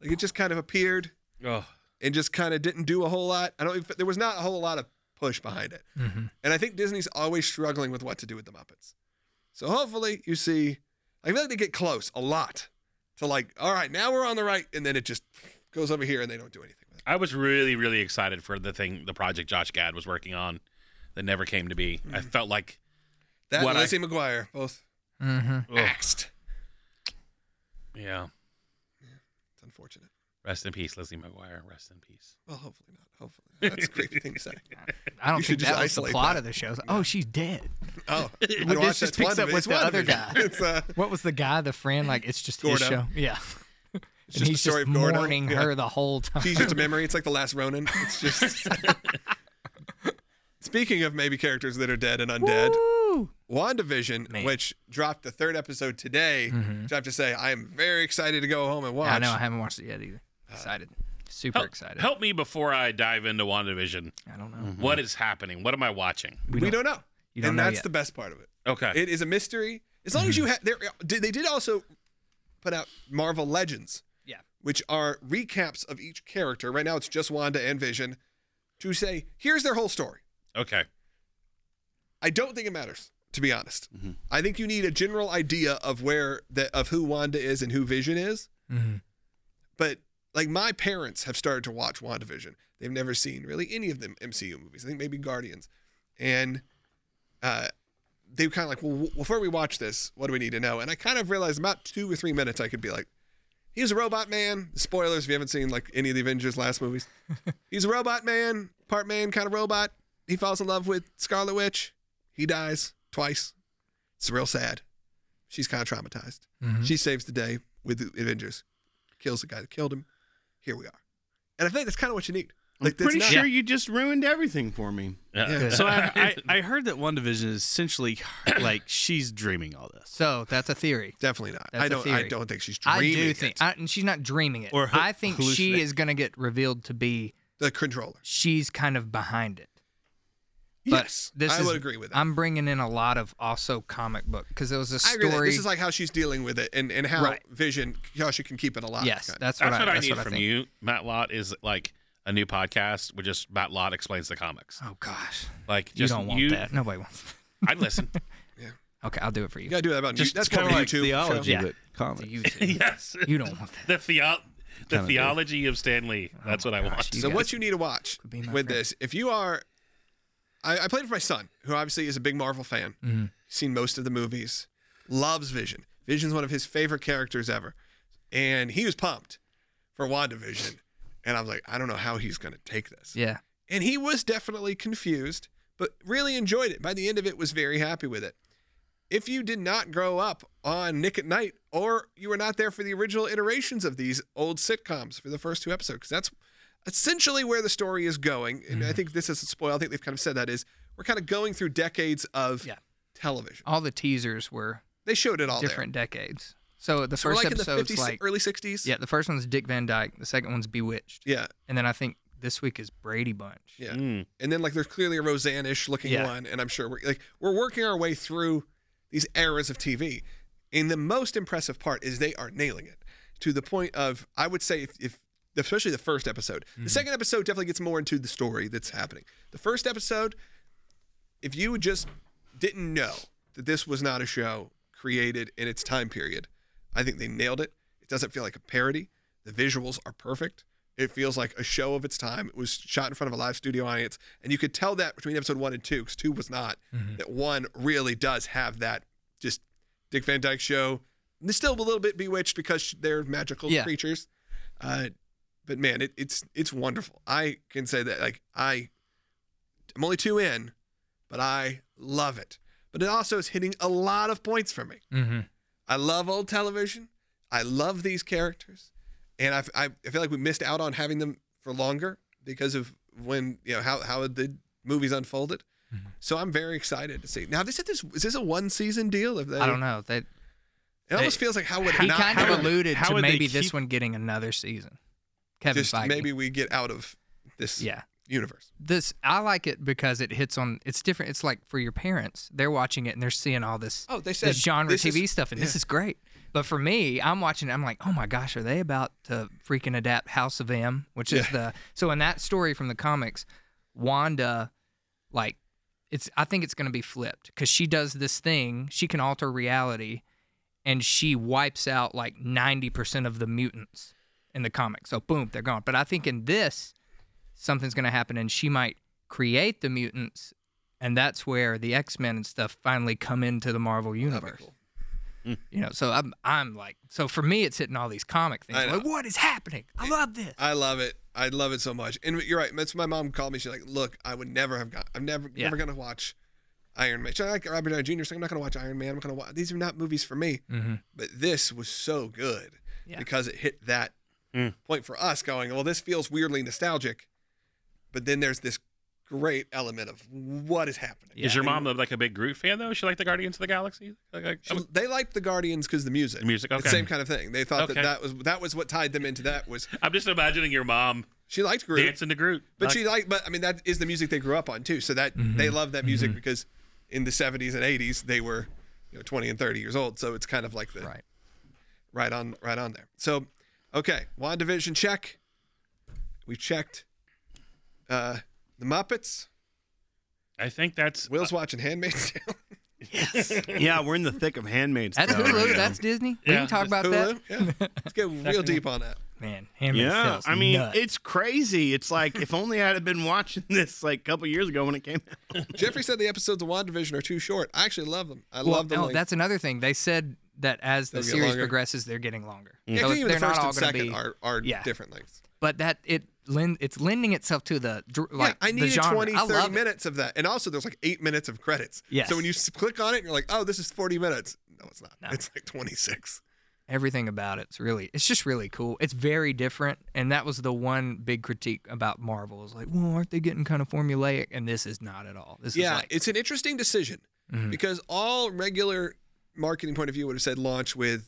Speaker 3: like it just kind of appeared.
Speaker 5: Oh,
Speaker 3: and just kind of didn't do a whole lot. I don't. There was not a whole lot of push behind it, and I think Disney's always struggling with what to do with the Muppets. So hopefully, you see, I feel like they get close a lot to like, all right, now we're on the right, and then it just goes over here, and they don't do anything with it.
Speaker 5: I was really, really excited for the thing, the project Josh Gad was working on that never came to be.
Speaker 6: Mm.
Speaker 5: I felt like
Speaker 3: That
Speaker 5: What
Speaker 3: and
Speaker 5: I-
Speaker 3: Lizzie McGuire both
Speaker 6: Mm-hmm.
Speaker 3: axed.
Speaker 5: Yeah.
Speaker 3: It's unfortunate.
Speaker 5: Rest in peace, Lizzie McGuire. Rest in peace.
Speaker 3: Well, hopefully not. Hopefully, that's a creepy thing to say.
Speaker 6: I don't
Speaker 3: You should
Speaker 6: think
Speaker 3: just
Speaker 6: that was the
Speaker 3: isolate
Speaker 6: plot
Speaker 3: that.
Speaker 6: of the show. It's like, Oh, she's dead.
Speaker 3: Oh, I'd
Speaker 6: Well,
Speaker 3: watch
Speaker 6: this
Speaker 3: that
Speaker 6: just picks up
Speaker 3: WandaVision.
Speaker 6: with the
Speaker 3: It's
Speaker 6: other
Speaker 3: WandaVision.
Speaker 6: guy.
Speaker 3: It's uh,
Speaker 6: What was the guy, the friend? Like, it's just his
Speaker 3: Gordo.
Speaker 6: show. Yeah.
Speaker 3: just the
Speaker 6: and he's
Speaker 3: story
Speaker 6: just
Speaker 3: of Gordo.
Speaker 6: mourning
Speaker 3: Yeah.
Speaker 6: her the whole time.
Speaker 3: She's just a memory. It's like the last Ronin. It's just. Speaking of maybe characters that are dead and undead, WandaVision,
Speaker 6: Man. Mm-hmm.
Speaker 3: which dropped the third episode today, which I have to say, I am very excited to go home and watch.
Speaker 6: Yeah, I know. I haven't watched it yet either. Excited. Super
Speaker 5: Help,
Speaker 6: excited.
Speaker 5: help me before I dive into WandaVision.
Speaker 6: I don't know.
Speaker 5: What is happening? What am I watching?
Speaker 3: we, don't, know.
Speaker 6: you don't
Speaker 3: and
Speaker 6: know
Speaker 3: that's
Speaker 6: yet. Mm-hmm.
Speaker 3: the best part of it.
Speaker 5: Okay.
Speaker 3: It is a mystery. As long as you have, they did also put out Marvel Legends,
Speaker 6: Yeah.
Speaker 3: which are recaps of each character. Right now, it's just Wanda and Vision to say, here's their whole story.
Speaker 5: okay.
Speaker 3: I don't think it matters, to be honest. I think you need a general idea of where that of who Wanda is and who Vision is. But like my parents have started to watch WandaVision. They've never seen really any of the MCU movies. I think maybe Guardians, and uh, they were kind of like, well, w- before we watch this, what do we need to know? And I kind of realized about two or three minutes, I could be like, he's a robot man. Spoilers if you haven't seen like any of the Avengers last movies. he's a robot man, part man kind of robot. He falls in love with Scarlet Witch. He dies twice. It's real sad. She's kind of traumatized. She saves the day with the Avengers, kills the guy that killed him. Here we are. And I think that's kind of what you need. Like,
Speaker 7: I'm
Speaker 3: that's
Speaker 7: pretty
Speaker 3: not-
Speaker 7: sure you just ruined everything for me.
Speaker 4: So I, I, I heard that One Division is essentially like she's dreaming all this.
Speaker 6: So that's a theory.
Speaker 3: Definitely not.
Speaker 6: That's
Speaker 3: I
Speaker 6: a
Speaker 3: don't. I
Speaker 6: theory.
Speaker 3: don't think she's
Speaker 6: I
Speaker 3: dreaming.
Speaker 6: do think
Speaker 3: it.
Speaker 6: I, and she's not dreaming it.
Speaker 4: Or
Speaker 6: I think she
Speaker 4: hallucinating.
Speaker 6: is going to get revealed to be
Speaker 3: the controller.
Speaker 6: she's kind of behind it. But
Speaker 3: yes,
Speaker 6: this
Speaker 3: I
Speaker 6: is,
Speaker 3: would agree with that.
Speaker 6: I'm bringing in a lot of also comic book because it was a
Speaker 3: I
Speaker 6: story.
Speaker 3: agree that this is like how she's dealing with it and, and how
Speaker 6: Right.
Speaker 3: Vision, how she can keep it alive.
Speaker 6: yes,
Speaker 3: kind of.
Speaker 6: that's what
Speaker 5: That's
Speaker 6: I,
Speaker 5: what I,
Speaker 6: that's
Speaker 5: need
Speaker 6: what I
Speaker 5: from
Speaker 6: think.
Speaker 5: you, Matt Lott, is like a new podcast where just Matt Lott explains the comics.
Speaker 6: Oh gosh,
Speaker 5: Like,
Speaker 6: you
Speaker 5: just
Speaker 6: don't want that. Nobody wants. That.
Speaker 5: I'd listen.
Speaker 6: Okay, I'll do it for you.
Speaker 3: you gotta do that about
Speaker 4: Just
Speaker 3: that's
Speaker 4: kind
Speaker 3: kind
Speaker 4: of like
Speaker 3: YouTube
Speaker 4: theology,
Speaker 3: show.
Speaker 6: Yeah.
Speaker 4: but
Speaker 6: To
Speaker 4: comic.
Speaker 6: you, too.
Speaker 5: yes.
Speaker 6: you don't want that.
Speaker 5: The, theo- the
Speaker 4: Kinda do.
Speaker 5: theology of Stanley. That's what I want.
Speaker 6: Oh you
Speaker 3: So
Speaker 6: guys
Speaker 3: what you need to watch
Speaker 6: be
Speaker 3: with
Speaker 6: my friend.
Speaker 3: this, if you are, I, I played with my son, who obviously is a big Marvel fan,
Speaker 6: Mm-hmm.
Speaker 3: seen most of the movies, loves Vision. Vision's one of his favorite characters ever, and he was pumped for WandaVision. And I was like, I don't know how he's gonna take this.
Speaker 6: Yeah,
Speaker 3: and he was definitely confused but really enjoyed it by the end of it was very happy with it if you did not grow up on nick at night or you were not there for the original iterations of these old sitcoms for the first two episodes because that's essentially where the story is going and
Speaker 6: Mm-hmm.
Speaker 3: i think this is a spoil i think they've kind of said that is we're kind of going through decades of
Speaker 6: Yeah.
Speaker 3: television
Speaker 6: all the teasers were
Speaker 3: they showed it all
Speaker 6: different decades. So the
Speaker 3: there so we're
Speaker 6: first
Speaker 3: like in the
Speaker 6: episode's
Speaker 3: 50s
Speaker 6: like
Speaker 3: early 60s
Speaker 6: yeah, the first one's Dick Van Dyke, the second one's Bewitched,
Speaker 3: yeah
Speaker 6: and then I think this week is Brady Bunch.
Speaker 3: yeah
Speaker 5: Mm.
Speaker 3: and then like there's clearly a Roseanne-ish looking
Speaker 6: Yeah.
Speaker 3: one, and I'm sure we're like we're working our way through these eras of TV. And the most impressive part is they are nailing it to the point of I would say if, if especially the first episode, the second episode definitely gets more into the story that's happening. The first episode, if you just didn't know that this was not a show created in its time period, I think they nailed it. It doesn't feel like a parody. The visuals are perfect. It feels like a show of its time. It was shot in front of a live studio audience, and you could tell that between episode one and two, because two was not. That one really does have that just Dick Van Dyke show. And They're still a little bit bewitched because they're magical
Speaker 6: Yeah.
Speaker 3: creatures. Uh, but man, it, it's it's wonderful. I can say that like I, I'm only two in, but I love it. But it also is hitting a lot of points for me.
Speaker 6: Mm-hmm.
Speaker 3: I love old television. I love these characters, and I, f- I- I feel like we missed out on having them for longer because of when you know how how the movies unfolded.
Speaker 6: Mm-hmm.
Speaker 3: So I'm very excited to see. Now they said this is this a one season deal? If they,
Speaker 6: I don't know that
Speaker 3: It almost
Speaker 6: They-
Speaker 3: feels like how would it
Speaker 6: he
Speaker 3: not
Speaker 6: kind of
Speaker 3: happen?
Speaker 6: alluded
Speaker 4: how
Speaker 6: to
Speaker 4: would they
Speaker 6: maybe this
Speaker 4: keep-
Speaker 6: one getting another season. Kevin
Speaker 3: just
Speaker 6: Feige.
Speaker 3: maybe we get out of this
Speaker 6: Yeah.
Speaker 3: universe.
Speaker 6: This I like it because it hits on it's different. It's like for your parents, they're watching it and they're seeing all this
Speaker 3: Oh, they
Speaker 6: this
Speaker 3: said
Speaker 6: genre
Speaker 3: this
Speaker 6: TV
Speaker 3: is-
Speaker 6: stuff and this
Speaker 3: yeah.
Speaker 6: is great. But for me, I'm watching it, I'm like, "Oh my gosh, are they about to freaking adapt House of M, which is
Speaker 3: Yeah.
Speaker 6: the So in that story from the comics, Wanda like it's I think it's going to be flipped cuz she does this thing, she can alter reality and she wipes out like 90% of the mutants in the comic. So boom, they're gone. But I think in this something's going to happen and she might create the mutants and that's where the X-Men and stuff finally come into the Marvel universe.
Speaker 3: Hmm.
Speaker 6: You know, so I'm I'm like so for me it's hitting all these comic things.
Speaker 3: I know.
Speaker 6: Like what is happening? I love this.
Speaker 3: I love it. I love it so much. And you're right. That's what my mom called me. She's like, "Look, I would never have got. I'm never,
Speaker 6: Yeah.
Speaker 3: never gonna watch Iron Man." She's like Robert Downey Jr. She's like, "I'm not gonna watch Iron Man. I'm gonna watch. These are not movies for me."
Speaker 5: Mm-hmm.
Speaker 3: But this was so good
Speaker 6: Yeah.
Speaker 3: because it hit that point for us, going, "Well, this feels weirdly nostalgic," but then there's this great element of what is happening.
Speaker 5: Is your mom like a big Groot fan though? She like the Guardians of the Galaxy? Like, like,
Speaker 3: She- they liked the Guardians because the music.
Speaker 5: The music,
Speaker 3: It's
Speaker 5: okay.
Speaker 3: same kind of thing. They thought
Speaker 5: Okay.
Speaker 3: that that was that was what tied them into that was
Speaker 5: I'm just imagining your mom
Speaker 3: she liked Groot.
Speaker 5: dancing to Groot.
Speaker 3: But
Speaker 5: Like,
Speaker 3: she like, but I mean, that is the music they grew up on too. So that they
Speaker 6: Mm-hmm.
Speaker 3: love that music because in the '70s and '80s they were, you know, 20 and 30 years old. So it's kind of like the
Speaker 6: Right.
Speaker 3: right on, right on there. So, okay, Wandavision check. We checked. Uh, the Muppets.
Speaker 5: I think that's uh,
Speaker 3: Will's
Speaker 6: Uh,
Speaker 3: watching Handmaid's Tale.
Speaker 7: yeah, we're in the thick of Handmaid's
Speaker 6: That's
Speaker 7: Tale.
Speaker 6: Hulu, that's Disney. We
Speaker 5: Yeah.
Speaker 6: can talk about that.
Speaker 3: Hulu. Yeah. Let's go real deep on that.
Speaker 6: man, Handmaid's
Speaker 7: Yeah,
Speaker 6: Tale's
Speaker 7: I mean,
Speaker 6: nuts.
Speaker 7: it's crazy. It's like if only I had been watching this like a couple years ago when it came out.
Speaker 3: Jeffrey said the episodes of WandaVision are too short. I actually love them. I
Speaker 6: Well,
Speaker 3: love them.
Speaker 6: no,
Speaker 3: like-
Speaker 6: that's another thing. They said that as the
Speaker 3: They'll get
Speaker 6: series
Speaker 3: longer.
Speaker 6: progresses, they're getting longer.
Speaker 3: yeah,
Speaker 6: So
Speaker 3: 'cause
Speaker 6: it's-
Speaker 3: even
Speaker 6: they're
Speaker 3: the first
Speaker 6: not all
Speaker 3: and
Speaker 6: going to
Speaker 3: second
Speaker 6: be.
Speaker 3: are, are
Speaker 6: yeah.
Speaker 3: different lengths.
Speaker 6: but that it lend, it's lending itself to the dr- like
Speaker 3: yeah, I
Speaker 6: the
Speaker 3: needed
Speaker 6: genre.
Speaker 3: 20,
Speaker 6: I
Speaker 3: 30
Speaker 6: love it.
Speaker 3: minutes of that. And also, there's like eight minutes of credits.
Speaker 6: Yes.
Speaker 3: So when you s- click on it, you're like, oh, this is 40 minutes. No, it's not.
Speaker 6: No.
Speaker 3: It's like 26.
Speaker 6: everything about it's really it's just really cool it's very different and that was the one big critique about marvel is like well aren't they getting kind of formulaic and this is not at all this
Speaker 3: yeah,
Speaker 6: is like Mm-hmm.
Speaker 3: it's an interesting decision because all regular marketing point of view would have said launch with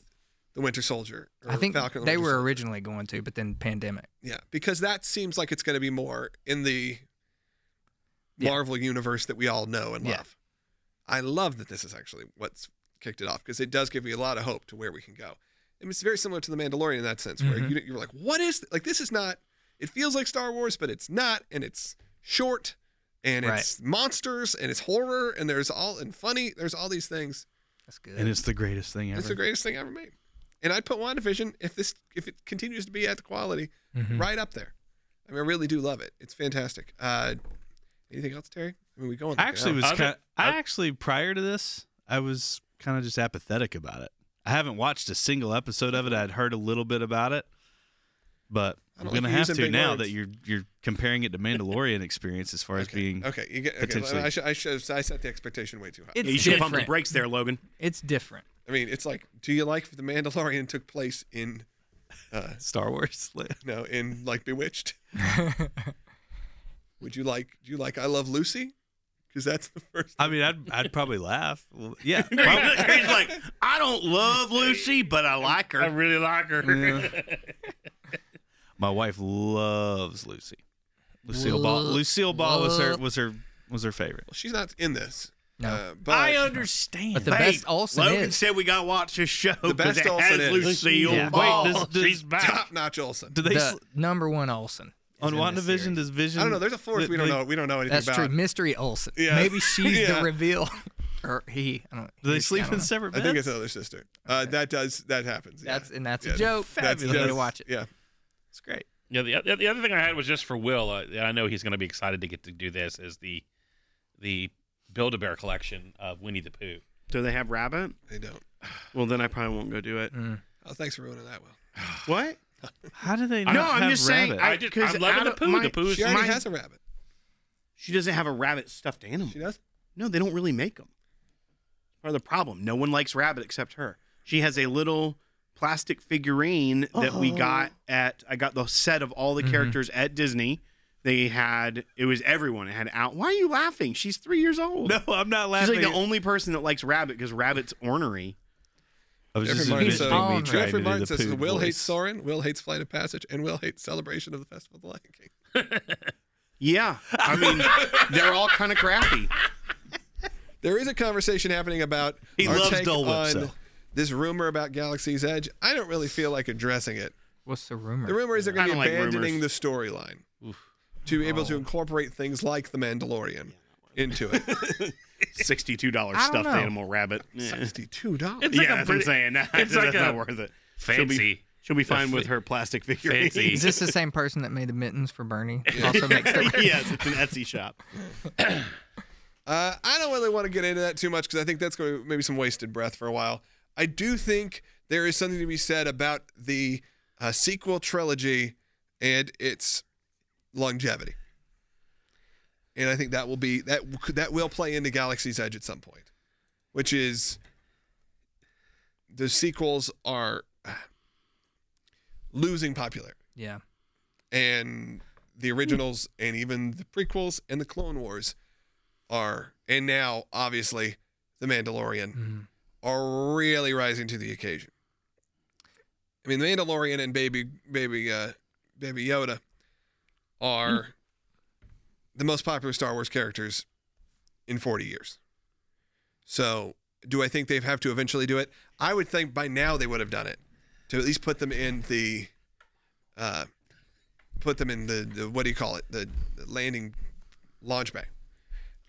Speaker 3: the Winter Soldier. Or
Speaker 6: i think
Speaker 3: Falcon and the
Speaker 6: they
Speaker 3: Winter
Speaker 6: were
Speaker 3: Soldier.
Speaker 6: originally going to but then pandemic
Speaker 3: Yeah, because that seems like it's going to be more in the
Speaker 6: Yeah.
Speaker 3: Marvel universe that we all know and
Speaker 6: Yeah.
Speaker 3: love. I love that this is actually what's kicked it off because it does give me a lot of hope to where we can go. And it's very similar to The Mandalorian in that sense, where
Speaker 6: Mm-hmm.
Speaker 3: you, you're like, what is, th-? like, this is not, it feels like Star Wars, but it's not, and it's short, and
Speaker 6: Right.
Speaker 3: it's monsters, and it's horror, and there's all, and funny, there's all these things.
Speaker 6: that's good
Speaker 4: and it's the greatest thing ever.
Speaker 3: It's the greatest thing ever made. And I'd put WandaVision if this if it continues to be at the quality,
Speaker 4: Mm-hmm.
Speaker 3: right up there. I mean, I really do love it. It's fantastic. Uh, anything else, Terry? I mean, we go on.
Speaker 4: I actually was
Speaker 5: Other-
Speaker 4: kind. Of, I
Speaker 5: oth-
Speaker 4: actually prior to this, I was kind of just apathetic about it. I haven't watched a single episode of it. I'd heard a little bit about it, but
Speaker 3: I don't
Speaker 4: I'm
Speaker 3: like
Speaker 4: gonna
Speaker 3: you
Speaker 4: have
Speaker 3: using
Speaker 4: to
Speaker 3: big
Speaker 4: now
Speaker 3: words.
Speaker 4: that you're you're comparing it to Mandalorian experience as far as being.
Speaker 3: okay. You get, okay
Speaker 4: potentially-
Speaker 3: I, should, I should I set the expectation way too high.
Speaker 6: it's
Speaker 5: you should pump the
Speaker 6: different
Speaker 5: brakes there, Logan.
Speaker 6: it's different
Speaker 3: I mean, it's like, do you like if the Mandalorian took place in
Speaker 4: Star Wars.
Speaker 3: no in like Bewitched? Would you like? Do you like I Love Lucy? Because that's the first.
Speaker 4: I mean, I'd I'd probably laugh. Well, Yeah, probably.
Speaker 7: He's like, I don't love Lucy, but I like her.
Speaker 5: really like her.
Speaker 4: my wife loves Lucy. Lucille Ball.
Speaker 6: Lo-
Speaker 4: Lucille Ball was her
Speaker 6: love-
Speaker 4: was her was her favorite.
Speaker 3: Well, she's not in this.
Speaker 6: No.
Speaker 3: uh, but
Speaker 7: I understand.
Speaker 6: But the
Speaker 7: Hey,
Speaker 6: best Olsen
Speaker 7: Logan
Speaker 6: is-
Speaker 7: said we gotta watch this show. The
Speaker 3: best
Speaker 7: it
Speaker 3: Olsen
Speaker 7: has
Speaker 3: is.
Speaker 7: Lucille
Speaker 6: Yeah.
Speaker 7: Ball.
Speaker 4: Wait, does- does-
Speaker 5: She's back.
Speaker 3: top notch Olson.
Speaker 4: Do they
Speaker 6: the
Speaker 4: sl-
Speaker 6: number one olsen is
Speaker 4: on
Speaker 6: in this
Speaker 4: WandaVision?
Speaker 6: series.
Speaker 4: Does Vision?
Speaker 3: I don't know. There's a fourth
Speaker 4: th-
Speaker 3: we don't
Speaker 4: they-
Speaker 3: know. We don't know anything
Speaker 6: that's
Speaker 3: about.
Speaker 6: true mystery olsen
Speaker 3: Yeah.
Speaker 6: maybe she's
Speaker 3: Yeah.
Speaker 6: the reveal or he I don't,
Speaker 4: Do they
Speaker 6: he- I
Speaker 4: sleep
Speaker 6: don't
Speaker 4: in
Speaker 6: know.
Speaker 4: separate
Speaker 3: I
Speaker 4: beds?
Speaker 3: think it's another sister. Uh, that does that happens. yeah.
Speaker 6: that's and that's
Speaker 3: Yeah.
Speaker 6: a joke
Speaker 3: That's
Speaker 6: you need
Speaker 3: just-
Speaker 6: to watch it
Speaker 3: Yeah,
Speaker 4: It's great.
Speaker 5: Yeah, the, the- the other thing I had was just for Will. Uh, I know he's going to be excited to get to do this. Is the the Build a Bear collection of Winnie the Pooh?
Speaker 7: Do they have rabbit?
Speaker 3: they don't.
Speaker 7: Well, then I probably won't go do it.
Speaker 6: Mm.
Speaker 3: Oh, thanks for ruining that. Well,
Speaker 7: What?
Speaker 4: How do they?
Speaker 7: No, I'm just saying. I,
Speaker 5: I just-
Speaker 7: 'cause
Speaker 5: I'm loving
Speaker 7: out
Speaker 5: the
Speaker 7: of
Speaker 5: poo.
Speaker 7: my-
Speaker 5: The poo is
Speaker 3: she already
Speaker 7: mine-
Speaker 3: has a rabbit.
Speaker 7: She doesn't have a rabbit stuffed animal.
Speaker 3: She does.
Speaker 7: No, they don't really make them. Part of the problem. No one likes rabbit except her. She has a little plastic figurine that we
Speaker 5: Oh.
Speaker 7: got at. I got the set of all the
Speaker 4: Mm-hmm.
Speaker 7: characters at Disney. They had it was everyone. It had out. Why are you laughing? She's three years old.
Speaker 4: No, I'm not
Speaker 7: She's
Speaker 4: laughing.
Speaker 7: like the only person that likes rabbit because rabbit's ornery.
Speaker 4: I was just
Speaker 3: Jeffrey Martin,
Speaker 4: envisioning
Speaker 3: says,
Speaker 6: said-
Speaker 4: me
Speaker 6: Oh,
Speaker 4: trying
Speaker 3: Jeffrey
Speaker 4: to
Speaker 3: Martin
Speaker 4: do the
Speaker 3: says
Speaker 4: poo
Speaker 3: Will
Speaker 4: voice.
Speaker 3: hates Soren, Will hates Flight of Passage, and Will hates Celebration of the Festival of the Lion King.
Speaker 7: Yeah, I mean they're all kind of crappy.
Speaker 3: There is a conversation happening about
Speaker 4: He
Speaker 3: our
Speaker 4: loves
Speaker 3: take
Speaker 4: Dole Whip,
Speaker 3: on
Speaker 4: so.
Speaker 3: this rumor about Galaxy's Edge. I don't really feel like addressing it.
Speaker 6: what's the rumor
Speaker 3: The rumor is they're going to
Speaker 7: I
Speaker 3: be
Speaker 7: don't like
Speaker 3: abandoning
Speaker 7: rumors.
Speaker 3: the storyline to be able
Speaker 4: Oh.
Speaker 3: to incorporate things like the Mandalorian into it.
Speaker 7: Sixty-two dollars
Speaker 6: I don't
Speaker 7: stuffed
Speaker 6: know.
Speaker 7: animal rabbit. Yeah,
Speaker 3: Sixty-two dollars.
Speaker 5: It's like
Speaker 7: Yeah,
Speaker 5: a
Speaker 7: that's
Speaker 5: pretty-
Speaker 7: what I'm saying. It's
Speaker 5: it's like a
Speaker 7: not worth it. She'll be-
Speaker 5: fancy-
Speaker 7: She'll be fine with her plastic figurines.
Speaker 5: fancy
Speaker 6: is this the same person that made the mittens for bernie also makes the
Speaker 7: yes, it's an Etsy shop.
Speaker 3: Uh, I don't really want to get into that too much because I think that's going to maybe some wasted breath for a while. I do think there is something to be said about the uh, sequel trilogy and its longevity, and I think that will be that that will play into Galaxy's Edge at some point, which is the sequels are uh, losing popularity
Speaker 6: yeah
Speaker 3: and the originals and even the prequels and the Clone Wars are, and now obviously the Mandalorian are really rising to the occasion. I mean, the Mandalorian and baby baby uh, baby Yoda are the most popular Star Wars characters in 40 years. So, do I think they have to eventually do it? I would think by now they would have done it to at least put them in the uh, put them in the, the what do you call it the, the landing launch bay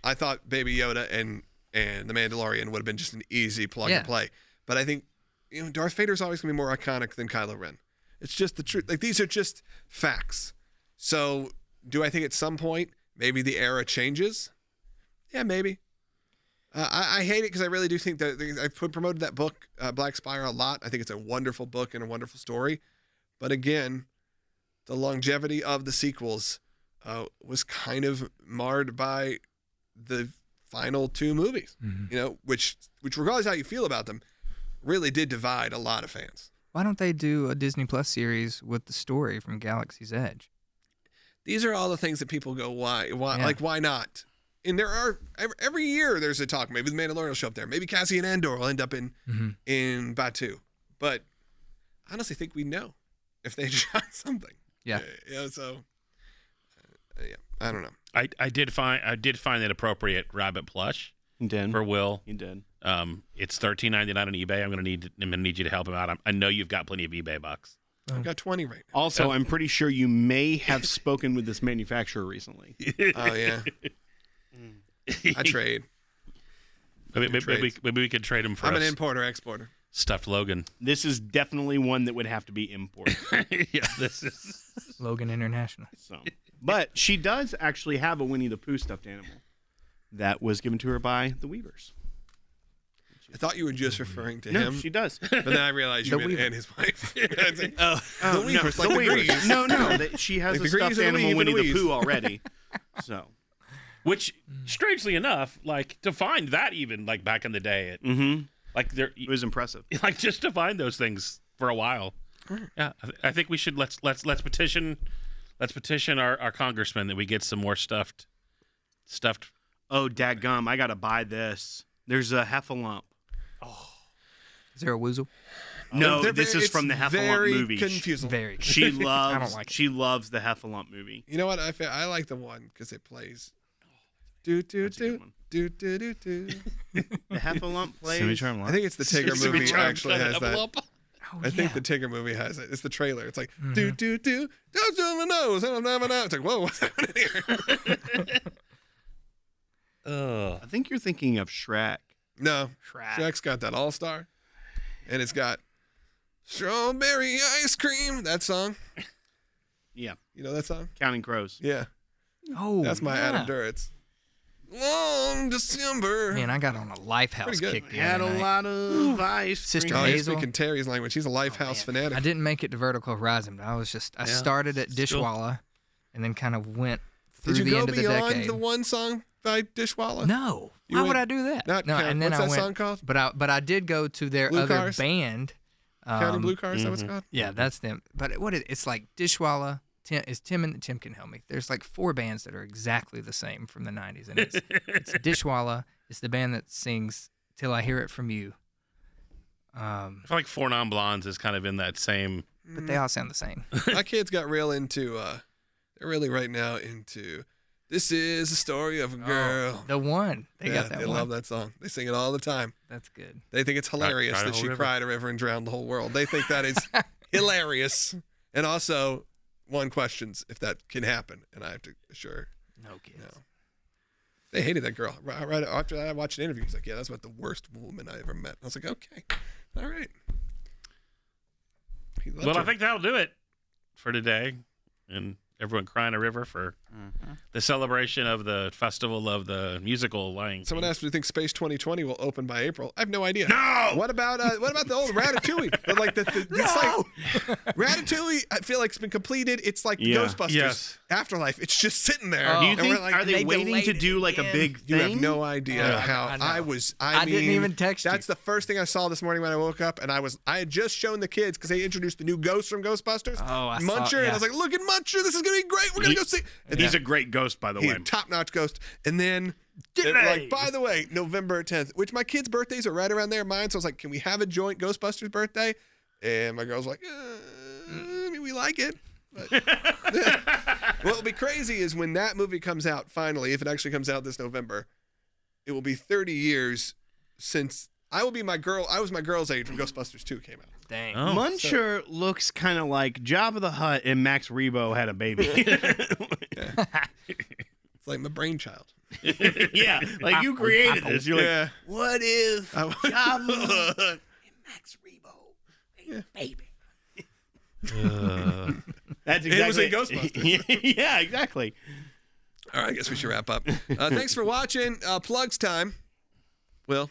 Speaker 3: i thought baby yoda and and the mandalorian would have been just an easy plug
Speaker 6: Yeah.
Speaker 3: and play but i think you know darth vader's always going to be more iconic than kylo ren It's just the truth. Like these are just facts. So, do I think at some point maybe the era changes? Yeah, maybe. Uh, I, I hate it because I really do think that I put- promoted that book, uh, Black Spire, a lot. I think it's a wonderful book and a wonderful story. But again, the longevity of the sequels uh, was kind of marred by the final two movies. You know, which which regardless how you feel about them, really did divide a lot of fans.
Speaker 6: Why don't they do a Disney Plus series with the story from Galaxy's Edge?
Speaker 3: These are all the things that people go, why, why,
Speaker 6: Yeah.
Speaker 3: like, why not? And there are ev- every year there's a talk. Maybe the Mandalorian will show up there. Maybe Cassie and Andor will end up in
Speaker 6: Mm-hmm.
Speaker 3: in Batu. But I honestly think we know if they shot something.
Speaker 6: Yeah.
Speaker 3: You know, so uh, yeah, I don't know.
Speaker 5: I, I did find I did find that appropriate rabbit plush
Speaker 7: You did.
Speaker 5: for Will.
Speaker 7: You did.
Speaker 5: Um, it's thirteen ninety nine on eBay. I'm gonna need I'm gonna need you to help him out. I'm, I know you've got plenty of eBay bucks.
Speaker 6: Oh.
Speaker 3: I've got 20 right
Speaker 7: Also, I'm pretty sure you may have spoken with this manufacturer recently.
Speaker 3: now. Oh yeah.
Speaker 7: Mm.
Speaker 3: I trade.
Speaker 5: Maybe, maybe,
Speaker 3: trades.
Speaker 5: maybe, maybe we could trade him for
Speaker 3: I'm
Speaker 5: a
Speaker 3: an
Speaker 5: s-
Speaker 3: importer exporter.
Speaker 5: stuffed Logan.
Speaker 7: This is definitely one that would have to be imported.
Speaker 5: yeah, this is.
Speaker 6: Logan International.
Speaker 7: So, but she does actually have a Winnie the Pooh stuffed animal that was given to her by the Weavers.
Speaker 3: I thought you were just
Speaker 6: Mm-hmm.
Speaker 3: referring to
Speaker 7: No,
Speaker 3: him,
Speaker 7: she does.
Speaker 3: but then I realized you
Speaker 6: The
Speaker 3: meant
Speaker 6: Weaver.
Speaker 3: and his wife. I was like,
Speaker 7: Oh,
Speaker 3: The Weavers, like the Grease.
Speaker 7: No, no, that she has
Speaker 3: Like
Speaker 7: a
Speaker 3: the Grease
Speaker 7: stuffed
Speaker 3: and the
Speaker 7: animal
Speaker 3: Weave and
Speaker 7: Winnie
Speaker 3: the
Speaker 7: the
Speaker 3: Weeze.
Speaker 7: Pooh already. So,
Speaker 5: Which, strangely enough, like to find that even like back in the day,
Speaker 3: Mm.
Speaker 5: it,
Speaker 7: mm-hmm.
Speaker 5: like there,
Speaker 7: it was impressive.
Speaker 5: like just to find those things for a while. Yeah, I, th- I think we should let's let's let's petition, let's petition our, our congressman that we get some more stuffed, stuffed.
Speaker 7: Oh, dadgum! I gotta buy this. There's a heffalump.
Speaker 6: Is there a woozle?
Speaker 7: No,
Speaker 3: They're
Speaker 7: Oh, this
Speaker 3: very-
Speaker 7: is from the
Speaker 3: it's
Speaker 7: heffalump
Speaker 3: very
Speaker 7: movie.
Speaker 3: Confusing.
Speaker 6: Very.
Speaker 7: She loves.
Speaker 6: I don't like it.
Speaker 7: she loves the heffalump movie.
Speaker 3: You know what? I feel, I like the one because it plays. Do do
Speaker 7: a good
Speaker 3: do
Speaker 7: one.
Speaker 3: do do do do.
Speaker 7: The heffalump plays.
Speaker 4: Semi-charm
Speaker 3: I think it's the Tigger movie actually has that.
Speaker 6: Oh,
Speaker 3: I think the Tigger movie has it. It's the trailer. It's like do do do don't do my nose. I don't know my nose. It's like whoa, what's happening here?
Speaker 7: I think you're thinking of Shrek.
Speaker 3: No,
Speaker 7: Ah.
Speaker 6: Shrek.
Speaker 3: Shrek's got that All Star, and it's got strawberry ice cream. That song.
Speaker 7: Yeah,
Speaker 3: You know that song?
Speaker 7: Counting Crows.
Speaker 3: Yeah,
Speaker 6: Oh,
Speaker 3: that's my
Speaker 6: yeah.
Speaker 3: Adam Duritz. Long December.
Speaker 6: Man, I got on a Lifehouse
Speaker 3: Pretty good.
Speaker 6: kick the
Speaker 7: Had
Speaker 6: other
Speaker 7: a
Speaker 6: night.
Speaker 7: lot of ice.
Speaker 6: Sister
Speaker 3: oh,
Speaker 7: cream.
Speaker 3: you're
Speaker 6: Hazel.
Speaker 3: speaking Terry's language. He's a
Speaker 7: Oh,
Speaker 3: Lifehouse fanatic.
Speaker 6: I didn't make it to Vertical Horizon, but I was just I
Speaker 5: Yeah.
Speaker 6: started at
Speaker 5: Still-
Speaker 6: Dishwalla, and then kind of went through
Speaker 3: Did you
Speaker 6: the
Speaker 3: go
Speaker 6: end of the
Speaker 3: beyond
Speaker 6: decade.
Speaker 3: the one song by Dishwalla?
Speaker 6: no,
Speaker 3: You
Speaker 6: why
Speaker 3: went-
Speaker 6: would I do that?
Speaker 3: Not
Speaker 6: no,
Speaker 3: Count-
Speaker 6: and then
Speaker 3: what's
Speaker 6: I
Speaker 3: that
Speaker 6: went,
Speaker 3: song called?
Speaker 6: But I but I did go to their
Speaker 3: Blue
Speaker 6: other
Speaker 3: Cars?
Speaker 6: band.
Speaker 3: County
Speaker 6: um,
Speaker 3: Blue Car, is that what it's called?
Speaker 6: Yeah, that's them. But it- what it, it's like Dishwalla. Tim, is Tim and Tim can help me. There's like four bands that are exactly the same from the '90s, and it's, it's Dishwalla. It's the band that sings "Till I Hear It From You," um,
Speaker 5: I feel like Four Non Blondes is kind of in that same.
Speaker 6: but
Speaker 3: Mm.
Speaker 6: they all sound the same.
Speaker 3: My kids got real into, uh, they're really right now into This is the Story of a Girl.
Speaker 6: The one Oh, they
Speaker 3: Yeah,
Speaker 6: got that
Speaker 3: they
Speaker 6: one.
Speaker 3: love that song. They sing it all the time.
Speaker 6: That's good.
Speaker 3: They think it's hilarious
Speaker 5: cried a
Speaker 3: that
Speaker 5: whole
Speaker 3: she
Speaker 5: river.
Speaker 3: cried a river and drowned the whole world. They think that is hilarious. And also, one questions if that can happen. And I have to assure
Speaker 6: No kids.
Speaker 3: They hated that girl. Right, right after that, I watched an interview. He's like, "Yeah, that's about the worst woman I ever met." I was like, "Okay, all right." He loved
Speaker 5: well, I
Speaker 3: her.
Speaker 5: think that'll do it for today, and everyone crying a river for
Speaker 7: Mm-hmm.
Speaker 5: the celebration of the festival of the musical Lion
Speaker 3: someone
Speaker 5: King.
Speaker 3: asked, "Do you think Space 2020 will open by April?" I have no idea. No. What about uh, what about the old Ratatouille? But like the, the it's like Ratatouille. I feel like it's been completed. It's like
Speaker 7: Yeah.
Speaker 3: Ghostbusters
Speaker 5: Yes.
Speaker 3: Afterlife. It's just sitting there.
Speaker 6: Oh,
Speaker 7: Do you
Speaker 3: And we're
Speaker 7: think
Speaker 3: like,
Speaker 7: are they,
Speaker 6: they
Speaker 7: waiting to
Speaker 6: delayed
Speaker 7: do
Speaker 6: it
Speaker 7: like a
Speaker 6: again.
Speaker 7: big
Speaker 3: You
Speaker 7: thing?
Speaker 3: have no idea
Speaker 6: Yeah.
Speaker 3: how
Speaker 6: I know.
Speaker 3: I, was. I,
Speaker 6: I didn't
Speaker 3: mean,
Speaker 6: even text you.
Speaker 3: That's the first thing I saw this morning when I woke up, and I was. I had just shown the kids because they introduced the new ghost from Ghostbusters.
Speaker 6: Oh, I saw-
Speaker 3: Muncher, and I
Speaker 6: yeah.
Speaker 3: was like, "Look at Muncher! This is gonna be great. We're gonna
Speaker 7: He-
Speaker 3: go see." And
Speaker 7: He's a great ghost, by the
Speaker 3: he's
Speaker 7: way.
Speaker 3: a top-notch ghost. And then, they're like, by the way, November 10th, which my kids' birthdays are right around there, mine. So I was like, "Can we have a joint Ghostbusters birthday?" And my girl's like, uh, "I mean, we like it." What will be crazy is when that movie comes out finally, if it actually comes out this November, it will be 30 years since I will be my girl. I was my girl's age when Ghostbusters 2 came out.
Speaker 6: Dang.
Speaker 7: Muncher looks kind of like Job of the Hut and Max Rebo had a baby.
Speaker 3: It's like my brainchild.
Speaker 7: yeah, like you created this. You're like,
Speaker 3: yeah.
Speaker 7: what is
Speaker 3: I-
Speaker 7: Job of the Hut? That's
Speaker 3: It was
Speaker 7: exactly
Speaker 3: in
Speaker 7: yeah, exactly.
Speaker 3: All right, I guess we should wrap up. Uh, thanks for watching. Uh, plugs time. Will,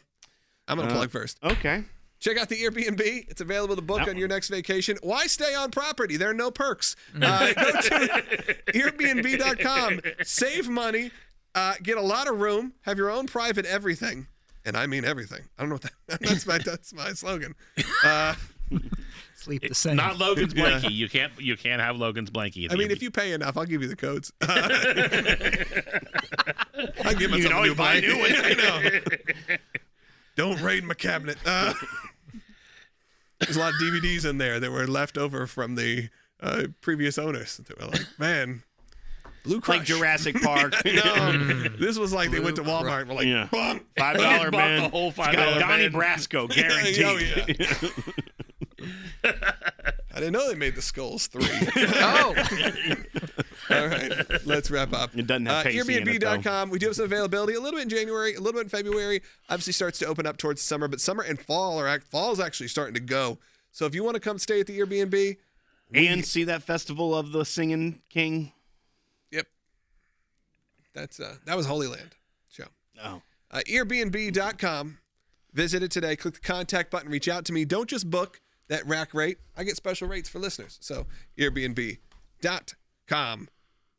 Speaker 3: I'm
Speaker 5: Uh-huh.
Speaker 3: going to plug first.
Speaker 7: Okay.
Speaker 3: Check out the Airbnb. It's available to book
Speaker 7: That
Speaker 3: on your next vacation. Why stay on property? There are no perks. Uh, go to Airbnb.com. Save money. Uh, get a lot of room. Have your own private everything. And I mean everything. I don't know what that, that's my that's my slogan.
Speaker 6: Sleep the same.
Speaker 5: Not Logan's blankie. You can't. You can't have Logan's blankie.
Speaker 3: I mean, if you pay enough, I'll give you the codes. I can give myself
Speaker 5: can
Speaker 3: a
Speaker 5: always
Speaker 3: new
Speaker 5: buy a
Speaker 3: blanket.
Speaker 5: new one.
Speaker 3: I know. Don't raid my cabinet. Uh, there's a lot of DVDs in there that were left over from the uh, previous owners. That were like, man, Blue Crush.
Speaker 7: Like Jurassic Park.
Speaker 3: No, this was like they went to Walmart and were like,
Speaker 7: Yeah.
Speaker 3: bunk.
Speaker 7: Five dollar
Speaker 5: bought
Speaker 7: man.
Speaker 5: the whole
Speaker 7: It's
Speaker 5: $5
Speaker 7: got Donnie
Speaker 5: man.
Speaker 7: Brasco guaranteed.
Speaker 3: Oh, yeah. I didn't know they made the skulls three.
Speaker 6: oh,
Speaker 3: All right, let's wrap up.
Speaker 7: It doesn't have
Speaker 3: uh,
Speaker 7: pasty in it, though.
Speaker 3: Airbnb.com. We do have some availability. A little bit in January, a little bit in February. Obviously, starts to open up towards summer, but summer and fall are act- fall's actually starting to go. So if you want to come stay at the Airbnb,
Speaker 7: And see that festival of the singing king.
Speaker 3: yep, that's uh, that was Holy Land show.
Speaker 7: Oh.
Speaker 3: Uh, Airbnb.com. Visit it today. Click the contact button. Reach out to me. Don't just book that rack rate. I get special rates for listeners. So Airbnb.com,